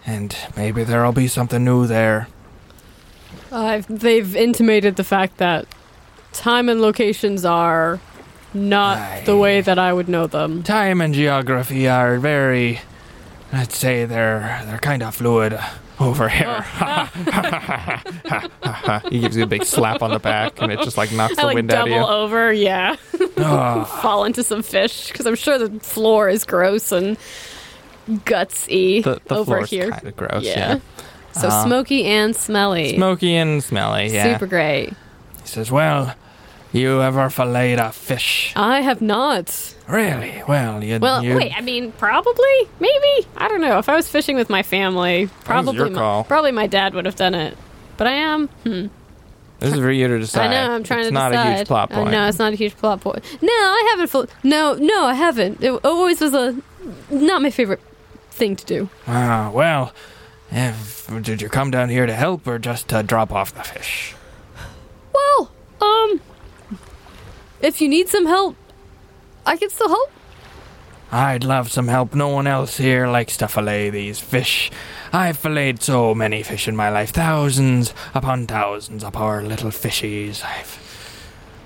A: and maybe there'll be something new there.
B: I've, they've intimated the fact that time and locations are not
A: Aye.
B: the way that I would know them.
A: Time and geography are very, let's say, they're they're kind of fluid over
B: Mm.
A: here.
B: Oh.
C: he gives you a big slap on the back, and it just like knocks
B: I
C: the
B: like
C: wind out of
B: double
C: you.
B: over, yeah,
A: Ah.
B: fall into some fish because I'm sure the floor is gross and gutsy
C: The, the
B: over
C: floor's
B: here.
C: kind of gross.
B: yeah.
C: Yeah.
B: So
C: Uh,
B: smoky and smelly.
C: smoky and smelly. Yeah,
B: Super great.
A: He says, Well, you ever filleted a fish?
B: I have not.
A: Really? Well, you.
B: Well,
A: you,
B: wait. I mean, probably, maybe. I don't know. If I was fishing with my family, probably,
C: your
B: my,
C: call.
B: probably my dad would have done it. But I am. Hmm.
C: this is for you to
B: I
C: decide.
B: know. I'm trying
C: it's
B: to
C: not
B: decide.
C: a huge plot point.
B: I know it's not a huge plot point. No, I haven't. Fl- no, no, I haven't. It always was a not my favorite thing to do.
A: Ah, well, if, did you come down here to help or just to drop off the fish?
B: Well, um, If you need some help, I can still help.
A: I'd love some help. No one else here likes to fillet these fish. I've filleted so many fish in my life, thousands upon thousands of our little fishies. I've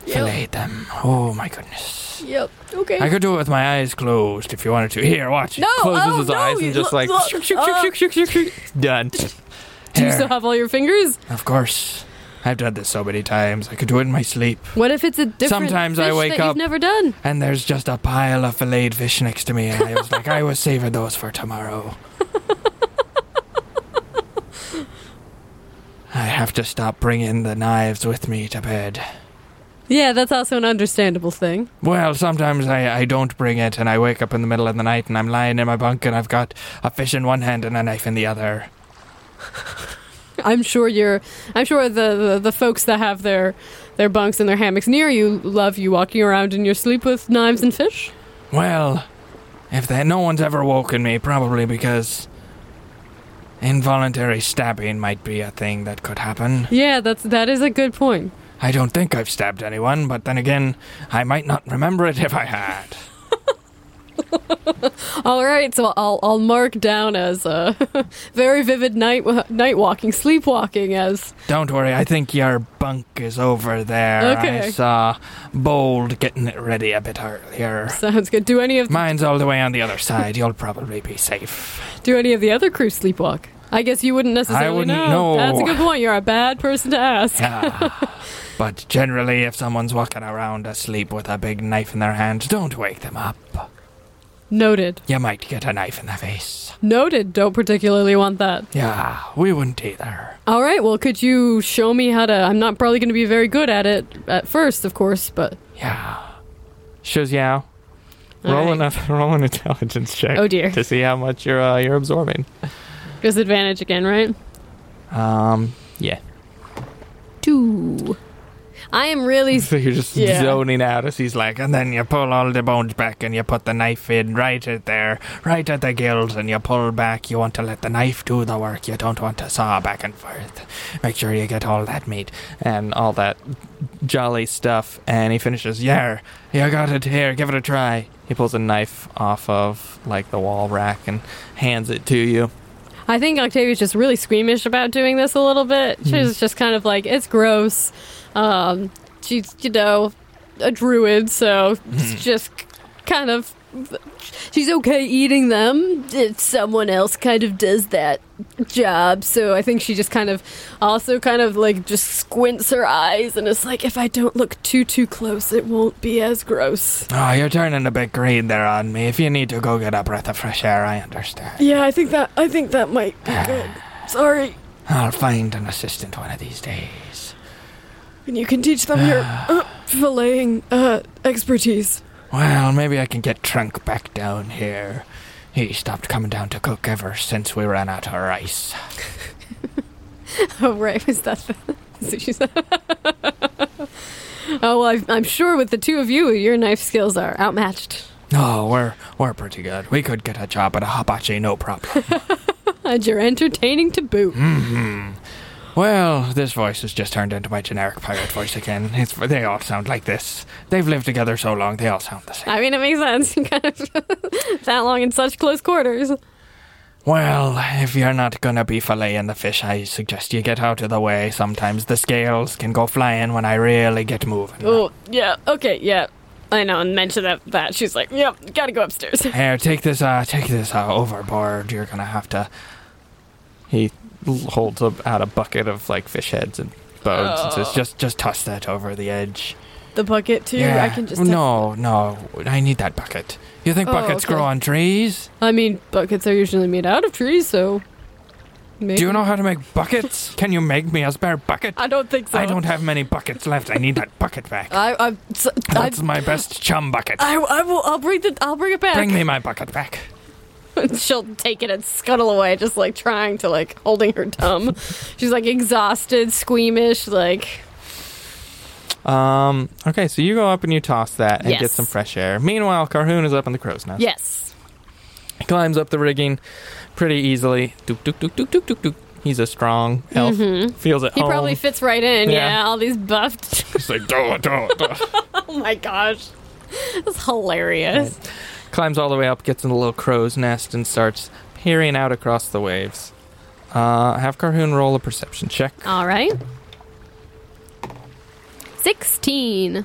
A: filleted them. Oh my goodness.
B: Yep. Okay.
A: I could do it with my eyes closed if you wanted to. Here, watch.
B: no.
C: Closes
B: oh,
C: his
B: no,
C: eyes
B: you-
C: and just like
B: look,
C: shuk, shuk,
B: uh,
C: shuk, shuk, shuk, shuk, shuk. done.
B: Do you
A: Here.
B: still have all your fingers?
A: Of course. I've done this so many times. I could do it in my sleep.
B: What if it's a different
A: Sometimes I
B: fish
A: wake
B: that you've
A: up-
B: never done?
A: And there's just a pile of filleted fish next to me, and I was like, I was saving those for tomorrow. I have to stop bringing the knives with me to bed.
B: Yeah, that's also an understandable thing.
A: Well, sometimes I, I don't bring it, and I wake up in the middle of the night, and I'm lying in my bunk, and I've got a fish in one hand and a knife in the other.
B: I'm sure you're. I'm sure the, the, the folks that have their their bunks and their hammocks near you love you walking around in your sleep with knives and fish.
A: Well, if that no one's ever woken me, probably because involuntary stabbing might be a thing that could happen.
B: Yeah, that's that is a good point.
A: I don't think I've stabbed anyone, but then again, I might not remember it if I had.
B: All right, so I'll I'll mark down as a very vivid night night walking, sleepwalking as
A: Don't worry, I think your bunk is over there.
B: Okay.
A: I saw Bold getting it ready a bit earlier.
B: sounds good. Do any of
A: Mine's all the way on the other side. You'll probably be safe.
B: do any of the other crew sleepwalk? I guess you wouldn't necessarily
A: wouldn't know.
B: know. That's a good point. You're a bad person to ask.
A: Yeah. but generally, if someone's walking around asleep with a big knife in their hand, don't wake them up.
B: Noted.
A: You might get a knife in the face.
B: Noted. Don't particularly want that.
A: Yeah, we wouldn't either.
B: All right. Well, could you show me how to? I'm not probably going to be very good at it at first, of course, but
A: Yeah.
C: Shows you how.
B: All
C: Roll
B: right.
C: enough. Roll an intelligence check.
B: Oh, dear.
C: To see how much you're uh, you're absorbing.
B: disadvantage again, right?
C: Um. Yeah.
B: Two. I am really.
C: So you're just
B: Yeah.
C: zoning out as he's
A: He's like, and then you pull all the bones back and you put the knife in right at there, right at the gills, and you pull back. You want to let the knife do the work. You don't want to saw back and forth. Make sure you get all that meat
C: and all that jolly stuff.
A: and he finishes, Yeah, you got it here, give it a try.
C: He pulls a knife off of like the wall rack and hands it to you.
B: I think Octavia's just really squeamish about doing this a little bit. She's just kind of like, it's gross. Um, she's you know a druid, so it's just kind of. She's okay eating them. If someone else kind of does that job, so I think she just kind of also kind of like just squints her eyes and is like, if I don't look too too close, it won't be as gross.
A: Oh, you're turning a bit green there on me. If you need to go get a breath of fresh air, I understand.
B: Yeah, I think that I think that might be good. Sorry.
A: I'll find an assistant one of these days.
B: And you can teach them your uh, filleting uh, expertise.
A: Well, maybe I can get Trunk back down here. He stopped coming down to cook ever since we ran out of rice.
B: Oh, right. Was that that's what she said? oh, well, i I'm sure with the two of you, your knife skills are outmatched.
A: Oh, we're we're pretty good. We could get a job at a hibachi, no problem.
B: And you're entertaining to boot.
A: hmm Well, this voice has just turned into my generic pirate voice again. It's they all sound like this. They've lived together so long, they all sound the same.
B: I mean, it makes sense. kind of that long in such close quarters.
A: Well, if you're not gonna be filleting the fish, I suggest you get out of the way. Sometimes the scales can go flying when I really get moving.
B: Oh, yeah. Okay, yeah. I know, and mention that, that. She's like, yep, gotta go upstairs.
A: Here, take this, uh, take this uh, overboard. You're gonna have to.
C: He l- holds up out a bucket of like fish heads and bones and
B: Oh.
C: says,
A: Just, just toss that over the edge.
B: The bucket, too. I can just.
A: Oh, no, no. I need that bucket. You think
B: Oh,
A: buckets
B: okay.
A: grow on trees?
B: I mean, buckets are usually made out of trees, so. Maybe.
A: Do you know how to make buckets? Can you make me a spare bucket?
B: I don't think so.
A: I don't have many buckets left. I need that bucket back.
B: I, I, so- Uh, I,
A: That's my best chum bucket.
B: I, I will. I'll bring the. I'll bring it back.
A: Bring me my bucket back.
B: She'll take it and scuttle away, just like trying to like holding her tongue. She's like exhausted, squeamish, like
C: "Um, okay, so you go up and you toss that and get
B: Yes.
C: some fresh air." Meanwhile, Carhoon is up in the crow's nest.
B: yes.
C: He climbs up the rigging pretty easily. Dook, dook, dook, dook, dook, dook, dook. He's a strong elf. Feels at
B: Mm-hmm. He
C: home.
B: probably fits right in. Yeah,
C: oh. Yeah.
B: all these buffed.
C: He's like, duh, duh, duh.
B: oh my gosh. That's hilarious.
C: climbs all the way up, gets in the little crow's nest, and starts peering out across the waves. Uh, have Carhoon roll a perception check.
B: All right. 16.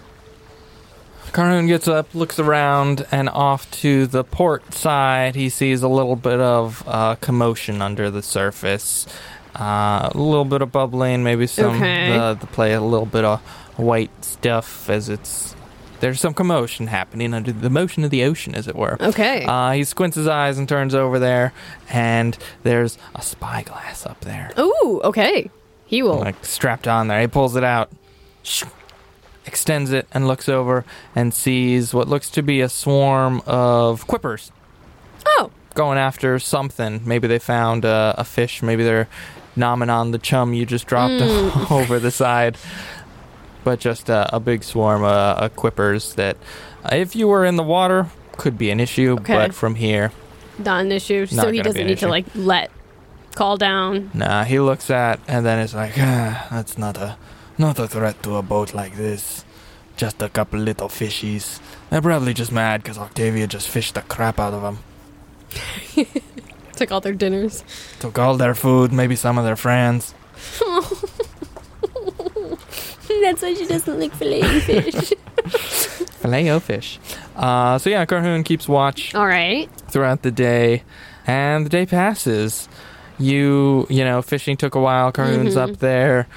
C: Carhoon gets up, looks around, and off to the port side, he sees a little bit of uh, commotion under the surface. Uh, a little bit of bubbling, maybe some uh,
B: Okay.
C: the, the play a little bit of white stuff as it's there's some commotion happening under the motion of the ocean, as it were.
B: Okay.
C: Uh, he squints his eyes and turns over there, and there's a spyglass up there,
B: Ooh, okay. He will.
C: like strapped on there. He pulls it out, extends it, and looks over and sees what looks to be a swarm of quippers
B: oh,
C: going after something. Maybe they found uh, a fish. Maybe they're nomming on the chum you just dropped over the side. But just uh, a big swarm uh, of quippers that, uh, if you were in the water, could be an issue.
B: Okay.
C: But from here,
B: not an issue.
C: Not
B: so he
C: gonna be
B: doesn't
C: an
B: need to,
C: issue.
B: like, let call down.
C: Nah, uh, he looks at and then it's like,
A: Ah, that's not a not a threat to a boat like this. Just a couple little fishies. They're probably just mad because Octavia just fished the crap out of them.
B: Took all their dinners.
A: Took all their food, maybe some of their friends.
B: That's why she doesn't like filleting fish.
C: filet fish. Uh, so yeah, Carhoon keeps watch
B: all right.
C: throughout the day, and the day passes. You, you know, fishing took a while. Carhoon's
B: Mhm.
C: up there,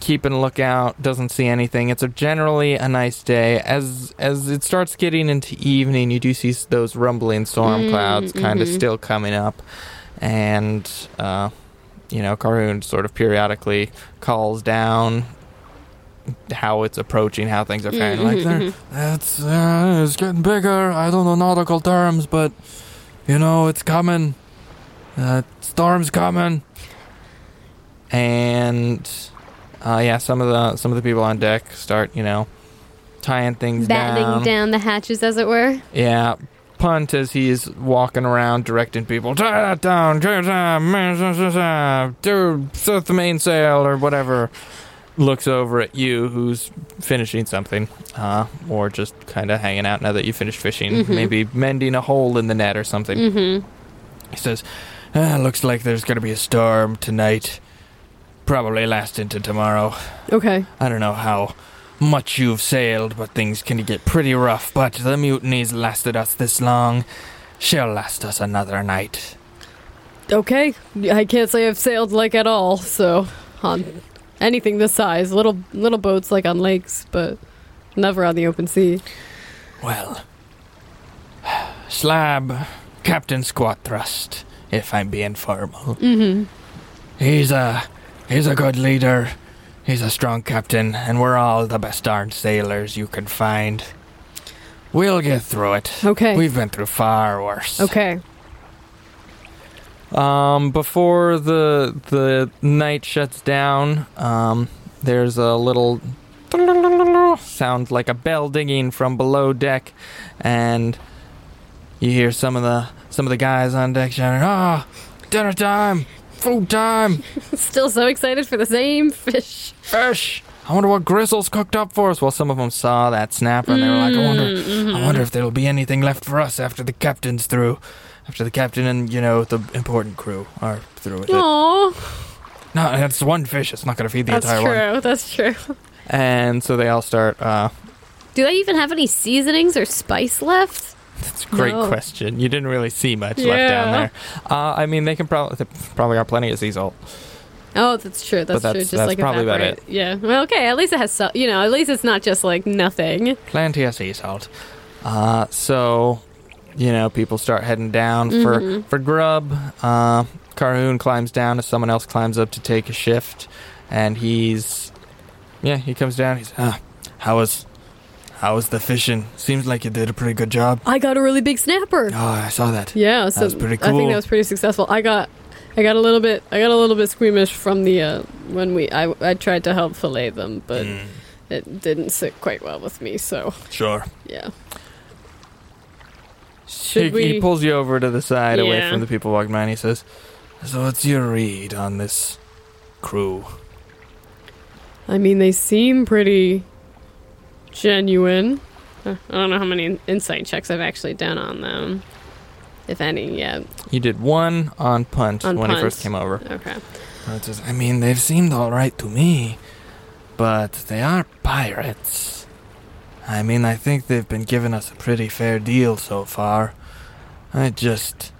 C: keeping a lookout. Doesn't see anything. It's a generally a nice day. As as it starts getting into evening, you do see s- those rumbling storm
B: Mm,
C: clouds kind of
B: mhm.
C: still coming up, and uh, you know, Carhoon sort of periodically calls down how it's approaching, how things are faring.
A: Mm-hmm.
B: Mhm,
C: Like
B: mhm,
C: they're
B: mhm.
A: It's uh, it's getting bigger. I don't know nautical terms, but you know it's coming. Uh, storm's coming.
C: and uh, yeah, some of the some of the people on deck start, you know, tying things
B: Battening
C: down.
B: down. the hatches, as it were.
C: Yeah, punt as he's walking around directing people, tie that down, tie it down, man, zah, zah, zah, do set the mainsail or whatever. Looks over at you, who's finishing something, uh, or just kind of hanging out now that you finished fishing,
B: Mhm.
C: maybe mending a hole in the net or something.
B: Mm-hmm.
A: He says, ah, "Looks like there's gonna be a storm tonight. Probably last into tomorrow.
B: Okay.
A: I don't know how." Much you've sailed, but things can get pretty rough. But the mutiny's lasted us this long, she'll last us another night.
B: Okay. I can't say I've sailed like at all, so on anything this size. Little little boats like on lakes, but never on the open sea.
A: Well, Slab, Captain Squat Thrust, if I'm being formal.
B: Mm-hmm.
A: He's a he's a good leader. He's a strong captain, and we're all the best darn sailors you can find. We'll get through it.
B: Okay.
A: We've been through far worse.
B: okay.
C: Um, before the the night shuts down, um, there's a little sound like a bell dinging from below deck, and
A: You hear some of the some of the guys on deck shouting, "Ah, dinner time, food time,
B: Still so excited for the same fish.
A: fish!"
C: I wonder what Gristle's cooked up for us. Well, some of them saw that snapper and they were like, I wonder.
B: Mm,
A: I wonder if there'll be anything left for us after the captain's through. After the captain and, you know, the important crew are through with
B: mhm.
A: it.
B: Aw,
A: No, that's one fish. It's not going to feed the
B: that's
A: entire one.
B: true. That's true.
C: And so they all start. Uh,
B: Do they even have any seasonings or spice left?
C: that's a great
B: No.
C: question. You didn't really see much left down
B: Yeah.
C: there. Uh, I mean, they can probably they probably are plenty of seasalt.
B: Oh, that's true. That's, true.
C: that's-
B: Just
C: that's
B: like
C: probably about
B: evaporate. Yeah. Well, okay. At least it has, so- you know, at least it's not just like nothing.
C: plenty of sea salt. Uh, so, you know, people start heading down
B: Mhm.
C: for for grub. Uh, Carhoon climbs down as someone else climbs up to take a shift, and he's yeah, he comes down. He's
A: Ah, how was, how was the fishing? Seems like you did a pretty good job.
B: I got a really big snapper.
A: Oh, I saw that.
B: Yeah, so
A: was pretty
B: I think
A: cool.
B: that was pretty successful. I got I got a little bit I got a little bit squeamish from the uh, when we I, I tried to help fillet them, but
A: Mm,
B: it didn't sit quite well with me. So
A: sure.
B: yeah,
C: he,
B: should we?
C: he pulls you over to the side, away
B: Yeah.
C: from the people walking by, and he says,
A: So what's your read on this crew.
B: I mean, they seem pretty genuine. Uh, I don't know how many insight checks I've actually done on them, if any yet.
C: You did one on punt
B: On
C: when he
B: punt.
C: first came over.
B: Okay.
A: And it says, I mean, they've seemed all right to me, but they are pirates. I mean, I think they've been giving us a pretty fair deal so far. I just.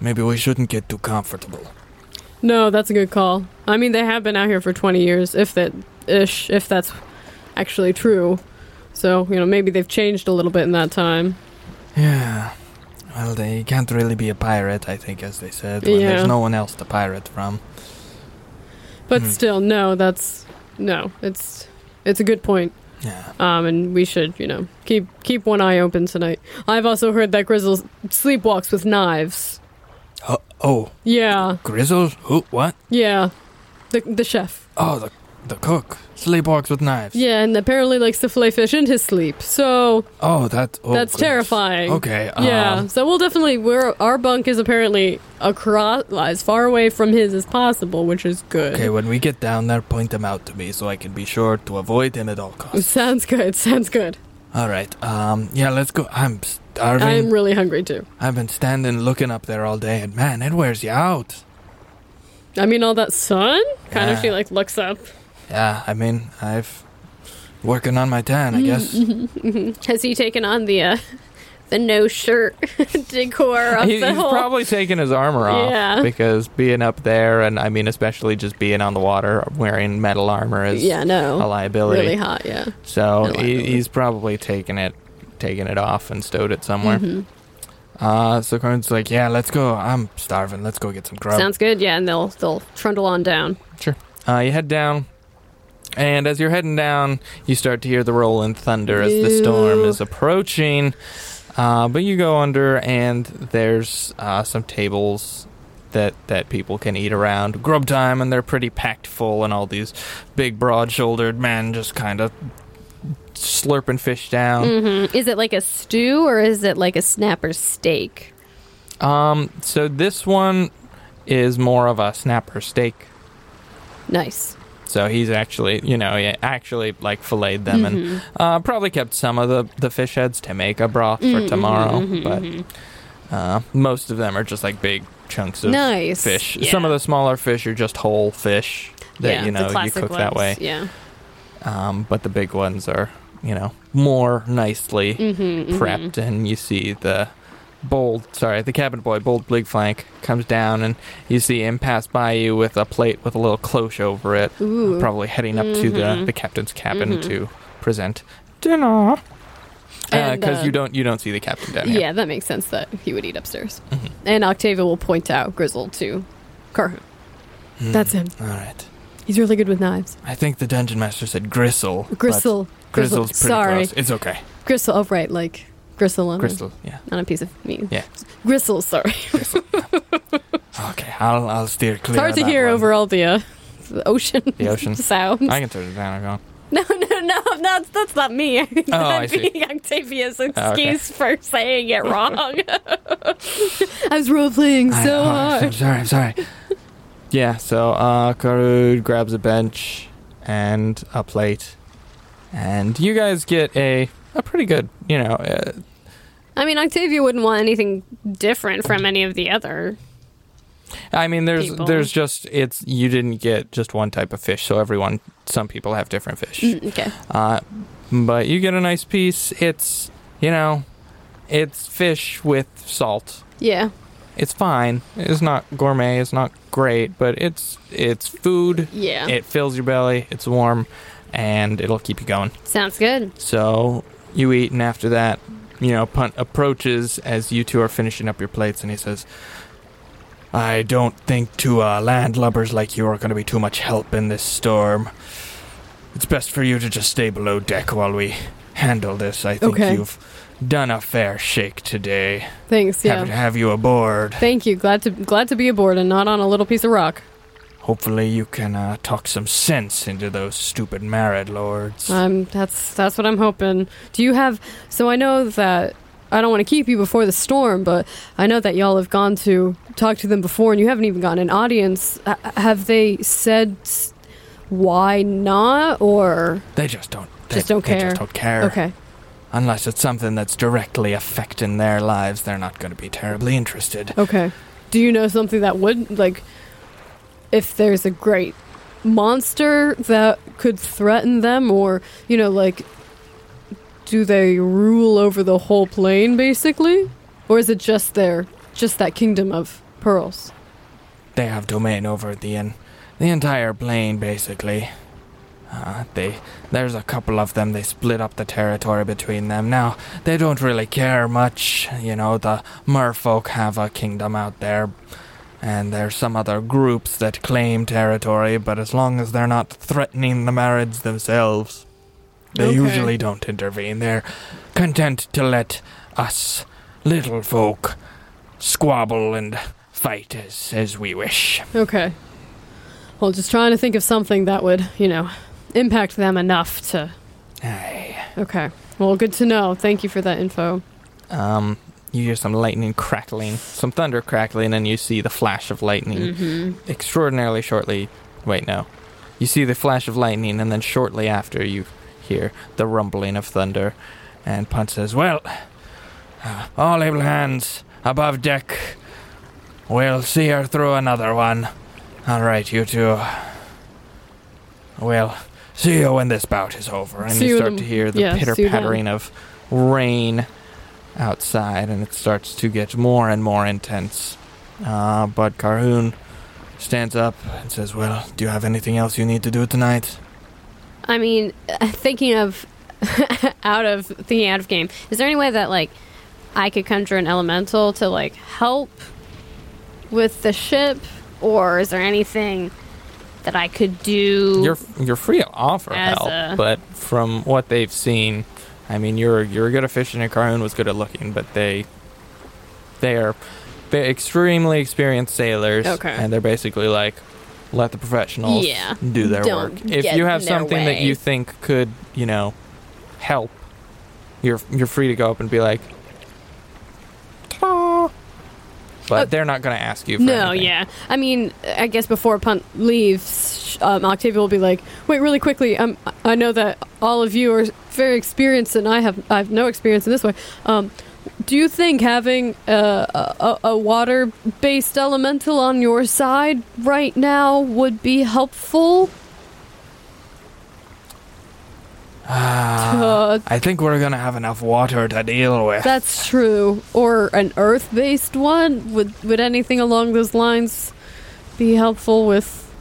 A: Maybe we shouldn't get too comfortable.
B: No, that's a good call. I mean, they have been out here for 20 years, if that ish, if that's actually true. So, you know, maybe they've changed a little bit in that time.
A: Yeah. Well, they can't really be a pirate, I think, as they said, when
B: Yeah.
A: there's no one else to pirate from.
B: But
A: Hmm.
B: still, no, that's no. It's it's a good point.
A: Yeah.
B: Um, and we should, you know, keep keep one eye open tonight. I've also heard that Grizzle sleepwalks with knives.
A: Oh, oh
B: Yeah,
A: Grizzle? Who? What?
B: yeah. The the chef.
A: Oh, the, the cook. Sleepwalks with knives.
B: Yeah, and apparently likes to fillet fish in his sleep. So
A: Oh, that. Oh, goodness.
B: that's terrifying.
A: Okay. Um,
B: Yeah, so we'll definitely. We're our bunk is apparently across as far away from his as possible, which is good.
A: Okay, when we get down there, point them out to me so I can be sure to avoid him at all costs.
B: sounds good. Sounds good.
A: all right. Um. Yeah, let's go. I'm starving.
B: I'm really hungry too.
A: I've been standing looking up there all day, and man, it wears you out.
B: I mean, all that sun. Kind of.
A: Yeah.
B: She like looks up.
A: Yeah. I mean, I've working on my tan,
B: Mm.
A: I guess.
B: Has he taken on the uh, the no shirt decor of
C: He-
B: the
C: he's
B: whole?
C: probably taking his armor off
B: Yeah.
C: because being up there, and I mean, especially just being on the water wearing metal armor is
B: yeah,
C: a
B: no,
C: liability.
B: really hot. Yeah,
C: So
B: And a
C: he,
B: liability.
C: he's probably taken it, taken it off and stowed it somewhere.
B: Mm-hmm.
C: Uh, so Corin's like,
A: Like, yeah, let's go. I'm starving. Let's go get some grub.
B: sounds good. Yeah, and they'll they'll trundle on down.
C: uh, you head down, and as you're heading down, you start to hear the rolling thunder as the storm
B: Ew.
C: is approaching. Uh, but you go under, and there's uh, some tables that that people can eat around grub time, and they're pretty packed full, and all these big, broad-shouldered men just kind of slurping fish down.
B: Mm-hmm. Is it like a stew or is it like a snapper steak?
C: Um, so this one is more of a snapper steak.
B: Nice.
C: So he's actually, you know, he actually like filleted them
B: Mm-hmm.
C: and uh, probably kept some of the, the fish heads to make a broth
B: Mm-hmm.
C: for tomorrow. But uh, most of them are just like big chunks of
B: nice
C: fish.
B: Yeah.
C: Some of the smaller fish are just whole fish that,
B: yeah,
C: you know,
B: the
C: you
B: classic
C: cook
B: ones.
C: that way.
B: Yeah.
C: Um, but the big ones are, you know, more nicely
B: Mm-hmm,
C: prepped and you see the bold sorry the cabin boy bold big flank comes down and you see him pass by you with a plate with a little cloche over it
B: Ooh.
C: probably heading up to the,
B: Mhm.
C: the captain's cabin
B: Mhm.
C: to present dinner because
B: And, uh,
C: you don't you don't see the captain down here
B: Yeah, that makes sense that he would eat upstairs.
C: Mm-hmm.
B: And Octavia will point out Grizzle to Carhoon.
A: Hmm.
B: That's him.
A: All right.
B: He's really good with knives.
A: I think the dungeon master said gristle. but
B: Gristle.
A: Grizzle's pretty
B: Sorry.
A: close. It's okay.
B: Gristle. Oh, right. Like gristle on,
C: crystal yeah
B: A, on a piece of meat.
C: Yeah.
B: Gristle, sorry.
A: Okay, I'll I'll steer clear.
B: It's hard
A: of
B: to
A: that
B: hear
A: one.
B: over all the, uh, the ocean
C: the ocean
B: sounds.
C: i can turn it down i
B: No, no, no, that's that's not me. I think
C: Oh, I
B: That'd
C: see.
B: be Octavia's excuse
C: Oh, okay.
B: for saying it wrong. I was role playing
A: I-
B: so
A: oh, I'm
B: hard.
A: sorry. I'm sorry.
C: yeah so uh karud grabs a bench and a plate and you guys get a a pretty good you know uh,
B: I mean, Octavia wouldn't want anything different from any of the other.
C: I mean, there's
B: people.
C: there's just it's you didn't get just one type of fish, so everyone some people have different fish.
B: Mm, okay.
C: Uh, but you get a nice piece. It's you know, it's fish with salt.
B: Yeah.
C: It's fine. It's not gourmet. It's not great, but it's it's food.
B: Yeah.
C: It fills your belly. It's warm, and it'll keep you going.
B: Sounds good.
C: So you eat, and after that, you know, Punt approaches as you two are finishing up your plates, and he says,
A: I don't think two uh, landlubbers like you are going to be too much help in this storm. It's best for you to just stay below deck while we handle this. I think
B: Okay.
A: you've done a fair shake today.
B: Thanks. Yeah.
A: Happy to have you aboard.
B: Thank you. Glad to glad to be aboard and not on a little piece of rock.
A: Hopefully, you can uh, talk some sense into those stupid married lords.
B: Um, that's that's what I'm hoping. Do you have? So I know that I don't want to keep you before the storm, but I know that y'all have gone to talk to them before, and you haven't even gotten an audience. H- have they said s- why not, or
A: They just don't. They,
B: Just don't
A: they
B: care.
A: just don't care.
B: okay?
A: Unless it's something that's directly affecting their lives, they're not going to be terribly interested.
B: Okay. Do you know something that would like if there's a great monster that could threaten them or, you know, like do they rule over the whole plane basically? Or is it just their just that kingdom of pearls?
A: They have domain over the en- the entire plane, basically. Uh, they there's a couple of them. They split up the territory between them. Now they don't really care much, you know. The merfolk have a kingdom out there, and there's some other groups that claim territory. But as long as they're not threatening the marriage themselves, they
B: Okay.
A: usually don't intervene. They're content to let us little folk squabble and fight as as we wish.
B: Okay. Well, just trying to think of something that would, you know, impact them enough to
A: Aye.
B: Okay. Well, good to know. Thank you for that info.
C: Um, you hear some lightning crackling, some thunder crackling, and you see the flash of lightning.
B: Mhm.
C: Extraordinarily shortly, wait, no. You see the flash of lightning, and then shortly after, you hear the rumbling of thunder.
A: And Punt says, Well, uh, all able hands above deck. We'll see her through another one. All right, you two. We'll see you when this bout is over.
C: And
A: And
B: See
C: you
B: you
C: start
B: in-
C: to hear the
B: yeah, see you
C: pitter
B: then.
C: pattering of rain outside, and it starts to get more and more intense. Ah,
A: uh, Bud Carhoon stands up and says, Well, do you have anything else you need to do tonight?
B: I mean, uh, thinking of out of thinking out of game. Is there any way that like I could conjure an elemental to like help with the ship, or is there anything that I could do?
C: You're you're free to offer
B: As
C: help,
B: a-
C: but from what they've seen, I mean, you're you're good at fishing, and Carhoon was good at looking, but they they are they're extremely experienced sailors,
B: Okay.
C: and they're basically like, let the professionals
B: Yeah.
C: do their
B: Don't
C: work. If
B: get
C: you have
B: in their
C: something that you
B: way.
C: think could, you know, help, you're you're free to go up and be like. "Ta-da." But
B: Uh,
C: they're not going to ask you. For
B: no,
C: anything.
B: yeah. I mean, I guess before Punt leaves, sh- um, Octavia will be like, "Wait, really quickly. Um, I know that all of you are very experienced, and I have I have no experience in this way. Um, do you think having uh, a, a, a water-based elemental on your side right now would be helpful
C: Uh,
A: Ah,
B: to
A: I think we're going to have enough water to deal with.
B: That's true. Or an earth-based one? Would would anything along those lines be helpful with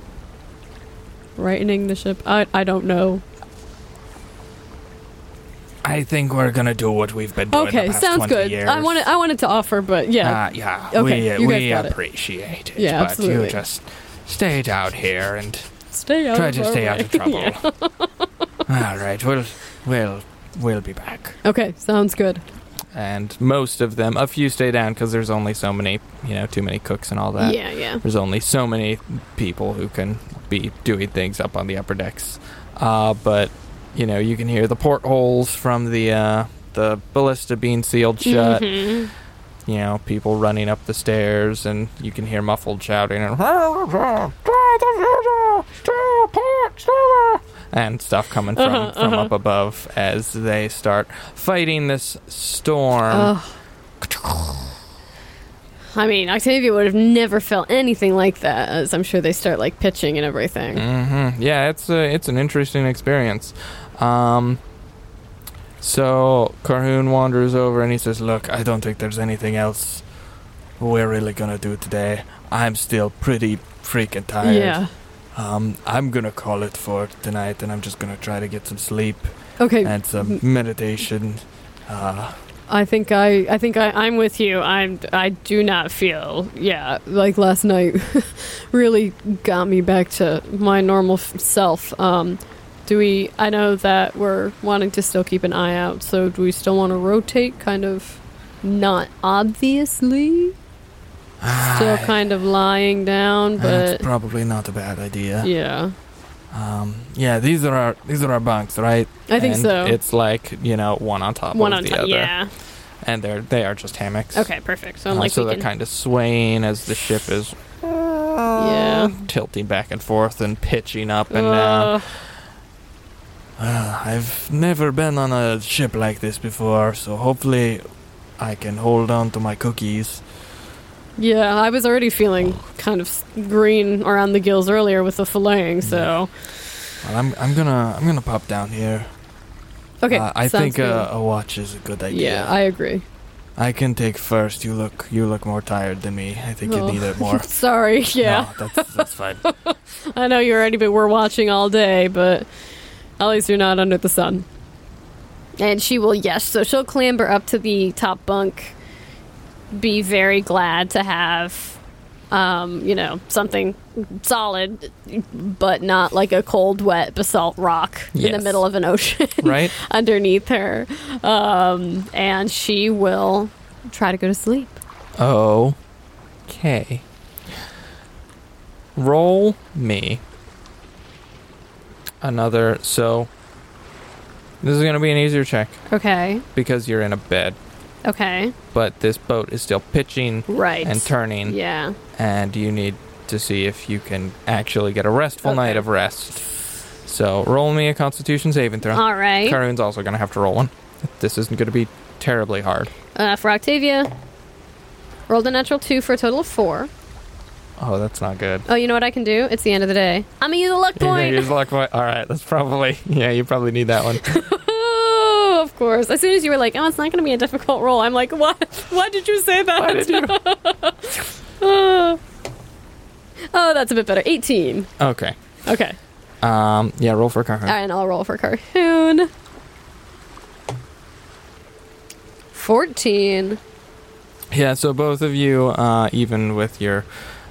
B: brightening the ship? I I don't know.
A: I think we're going to do what we've been doing the
B: Okay,
A: past
B: sounds
A: 20
B: good.
A: years.
B: I wanted I wanted to offer, but yeah.
A: Uh, yeah.
B: Okay,
A: we
B: you guys
A: we
B: got it.
A: appreciate it.
B: Yeah,
A: but
B: absolutely.
A: you just stayed out here and
B: stay out.
A: try
B: of
A: to
B: our
A: stay
B: way.
A: out of trouble.
B: Yeah.
A: All right. We'll we'll we'll be back.
B: Okay, sounds good.
C: and most of them, a few stay down because there's only so many, you know, too many cooks and all that.
B: yeah, yeah.
C: There's only so many people who can be doing things up on the upper decks. Uh, but, you know, you can hear the portholes from the, uh, the ballista being sealed shut.
B: Mhm.
C: You know, people running up the stairs, and you can hear muffled shouting and, and stuff coming from,
B: Uh-huh,
C: from
B: uh-huh.
C: up above as they start fighting this storm.
B: Ugh. I mean, Octavia would have never felt anything like that, as I'm sure they start like pitching and everything.
C: hmm Yeah, it's a, it's an interesting experience. Um,
A: So Carhoon wanders over and he says, "Look, I don't think there's anything else we're really gonna do today. I'm still pretty freaking tired.
B: Yeah.
A: Um, I'm gonna call it for tonight, and I'm just gonna try to get some sleep
B: Okay.
A: and some meditation. Uh,
B: I think I, I think I, I'm with you. I'm, I do not feel, yeah, like last night really got me back to my normal f- self. Um, do we, I know that we're wanting to still keep an eye out, so do we still want to rotate kind of not obviously? Still kind of lying down, but
A: that's probably not a bad idea.
B: yeah.
A: Um, yeah, these are our these are our bunks, right?
B: I think
C: and
B: so.
C: It's like you know, one on top
B: One
C: of
B: on
C: the
B: top,
C: other.
B: yeah.
C: and they're they are just hammocks.
B: Okay, perfect. So
C: Uh,
B: I'm like,
C: so
B: we
C: they're
B: can,
C: kind of swaying as the ship is
B: yeah.
C: tilting back and forth and pitching up and down.
B: Ugh.
A: Uh, I've never been on a ship like this before, so hopefully I can hold on to my cookies.
B: yeah, I was already feeling kind of s- green around the gills earlier with the filleting. So
A: Well, I'm I'm gonna I'm gonna pop down here.
B: okay,
A: Uh, I
B: sounds
A: think
B: good.
A: uh, a watch is a good idea.
B: yeah, I agree.
A: I can take first. You look you look more tired than me. I think
B: Oh.
A: you need it more.
B: Sorry, yeah,
A: No, that's that's fine.
B: I know you already, but we're watching all day. But at least you're not under the sun. And she will, yes. So she'll clamber up to the top bunk, be very glad to have, um, you know, something solid, but not like a cold, wet basalt rock in the
C: Yes.
B: middle of an ocean
C: Right?
B: underneath her. Um, and she will try to go to sleep.
C: Oh. Okay. Roll me another. So this is going to be an easier check
B: Okay.
C: because you're in a bed,
B: Okay.
C: but this boat is still pitching
B: Right.
C: and turning,
B: yeah.
C: and you need to see if you can actually get a restful
B: Okay.
C: night of rest. So roll me a Constitution saving throw.
B: All right.
C: Karun's also going to have to roll one. This isn't going to be terribly hard.
B: Uh, for Octavia, rolled a natural two for a total of four.
C: Oh, that's not good.
B: Oh, you know what I can do? It's the end of the day. I'm gonna use a luck
C: You're gonna use
B: point.
C: luck point. All right, that's probably yeah. You probably need that one.
B: oh, of course. As soon as you were like, "Oh, it's not gonna be a difficult roll," I'm like, "What? Why did you say that?"
C: Why did you?
B: oh, Oh, that's a bit better. 18.
C: Okay.
B: Okay.
C: Um. Yeah. Roll for Carhoon.
B: All right, and I'll roll for Carhoon. 14.
C: Yeah. So both of you, uh, even with your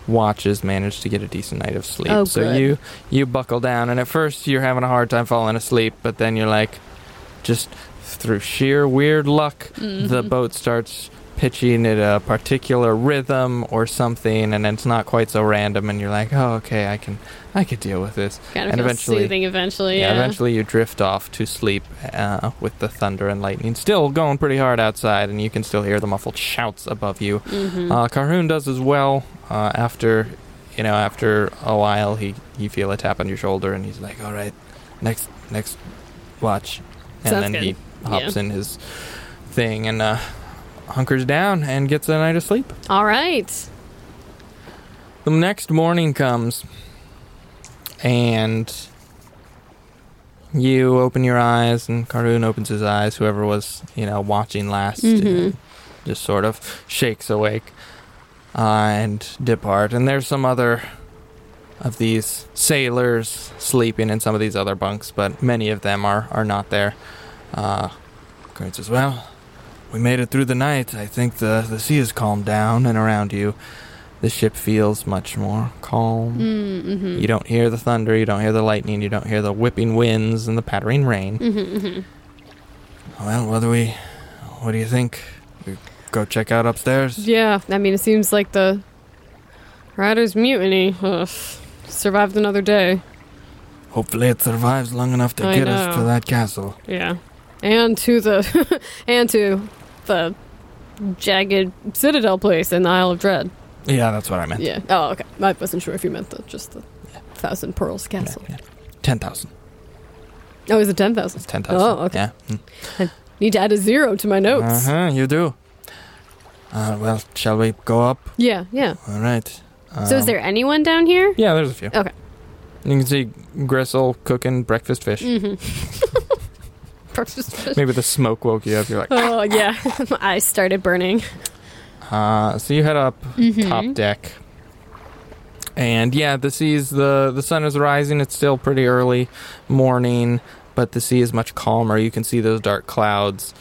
C: watches, managed to get a decent night of sleep.
B: Oh,
C: so
B: good.
C: you you buckle down, and at first you're having a hard time falling asleep, but then you're like, just through sheer weird luck, the
B: Mhm.
C: boat starts pitching at a particular rhythm or something, and it's not quite so random, and you're like, oh, okay, I can I could deal with this.
B: Kind
C: and
B: of feels
C: eventually-
B: soothing eventually. Oh,
C: Yeah,
B: Yeah.
C: eventually you drift off to sleep uh, with the thunder and lightning still going pretty hard outside, and you can still hear the muffled shouts above you.
B: Mhm.
C: Uh, Carhoon does as well. Uh, after, you know, after a while, he you feel a tap on your shoulder, and he's like, "All right, next next watch," and
B: Sounds
C: then
B: good.
C: he hops in his thing and uh, hunkers down and gets a night of sleep.
B: All right.
C: The next morning comes, and you open your eyes, and Karun opens his eyes. Whoever was, you know, watching last, you know,
B: Mhm.
C: just sort of shakes awake uh, and depart. And there's some other of these sailors sleeping in some of these other bunks, but many of them are are not there. Uh,
A: Kurt says, Ah, "Well, we made it through the night. I think the the sea has calmed down, and around you,
C: the ship feels much more calm.
B: Mm-hmm.
C: You don't hear the thunder, you don't hear the lightning, you don't hear the whipping winds and the pattering rain.
B: Mm-hmm.
A: well, what do we? What do you think? We go check out upstairs.
B: Yeah, I mean, it seems like the Riders' Mutiny ugh, survived another day.
A: Hopefully, it survives long enough to
B: I
A: get us to
B: know.
A: that castle.
B: Yeah, and to the and to the jagged citadel place in the Isle of Dread.
A: Yeah, that's what I meant.
B: Yeah. Oh, okay. I wasn't sure if you meant the just the Thousand Pearls Castle.
A: Ten thousand.
B: Oh, is it ten thousand?
C: It's 10,000.
B: Oh, okay.
C: Yeah.
B: Need to add a zero to my notes.
C: Uh-huh.
A: Uh huh. Mm. You do. Uh, well, shall we go up?
B: Yeah, yeah.
A: All right.
B: so, is
A: Um,
B: there anyone down here?
C: Yeah, there's a few.
B: Okay.
C: You can see Gristle cooking breakfast fish.
B: Mm-hmm. Breakfast.
C: Maybe the smoke woke you up. You're like,
B: Oh yeah, I started burning. Mm-hmm.
C: uh, so you head up
B: Hmm.
C: top deck. And yeah, the sea's the the sun is rising. It's still pretty early morning, but the sea is much calmer. You can see those dark clouds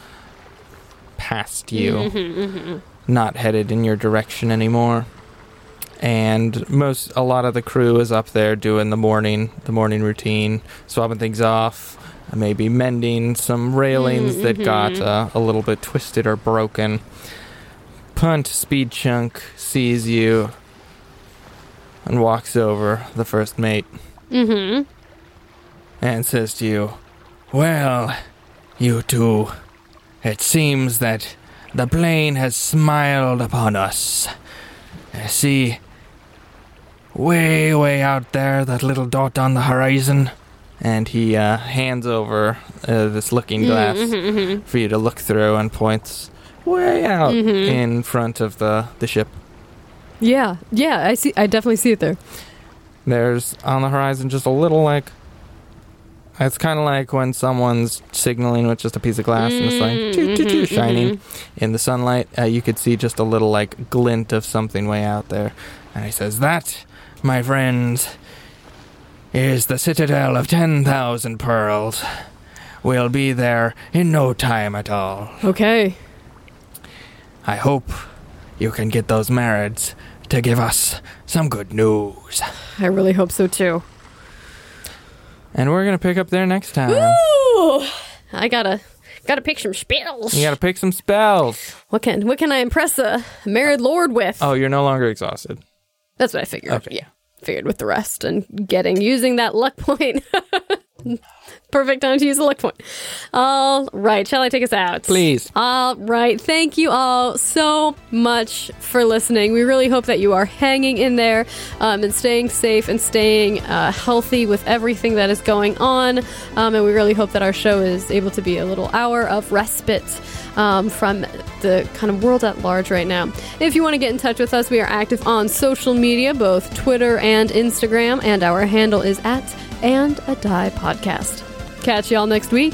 C: past you.
B: Mm-hmm,
C: not headed in your direction anymore. And most a lot of the crew is up there doing the morning the morning routine, swapping things off, maybe mending some railings
B: Mm,
C: that got
B: mhm.
C: uh, a little bit twisted or broken. Punt speed chunk sees you and walks over the first mate
B: Mm-hmm.
C: and says to you, Well, you two, it seems that
A: The plain has smiled upon us. Uh, See, way, way out there, that little dot on the horizon.
C: And he uh, hands over uh, this looking glass
B: Mhm, mhm,
C: for you to look through and points way out
B: mhm.
C: in front of the, the ship.
B: yeah, yeah. I see. I definitely see it there.
C: There's on the horizon just a little like. It's kind of like when someone's signaling with just a piece of glass and it's like choo, choo, choo,
B: Mhm,
C: shining
B: mhm.
C: in the sunlight. Uh, you could see just a little like glint of something way out there.
A: And he says, That, my friends, is the citadel of 10,000 pearls. We'll be there in no time at all.
B: Okay.
A: I hope you can get those marrieds to give us some good news.
B: I really hope so too.
C: And we're going to pick up there next time.
B: Woo! I gotta gotta pick some spells.
C: You got to pick some spells.
B: What can what can I impress a married lord with?
C: Oh, you're no longer exhausted.
B: That's what I figured.
C: Okay.
B: Yeah. Figured with the rest and getting using that luck point. Perfect time to use a luck point. All right, shall I take us out?
C: Please.
B: All right. Thank you all so much for listening. We really hope that you are hanging in there um, and staying safe and staying uh, healthy with everything that is going on. Um, and we really hope that our show is able to be a little hour of respite um, from the kind of world at large right now. If you want to get in touch with us, we are active on social media, both Twitter and Instagram. And our handle is at and a die podcast. Catch y'all next week.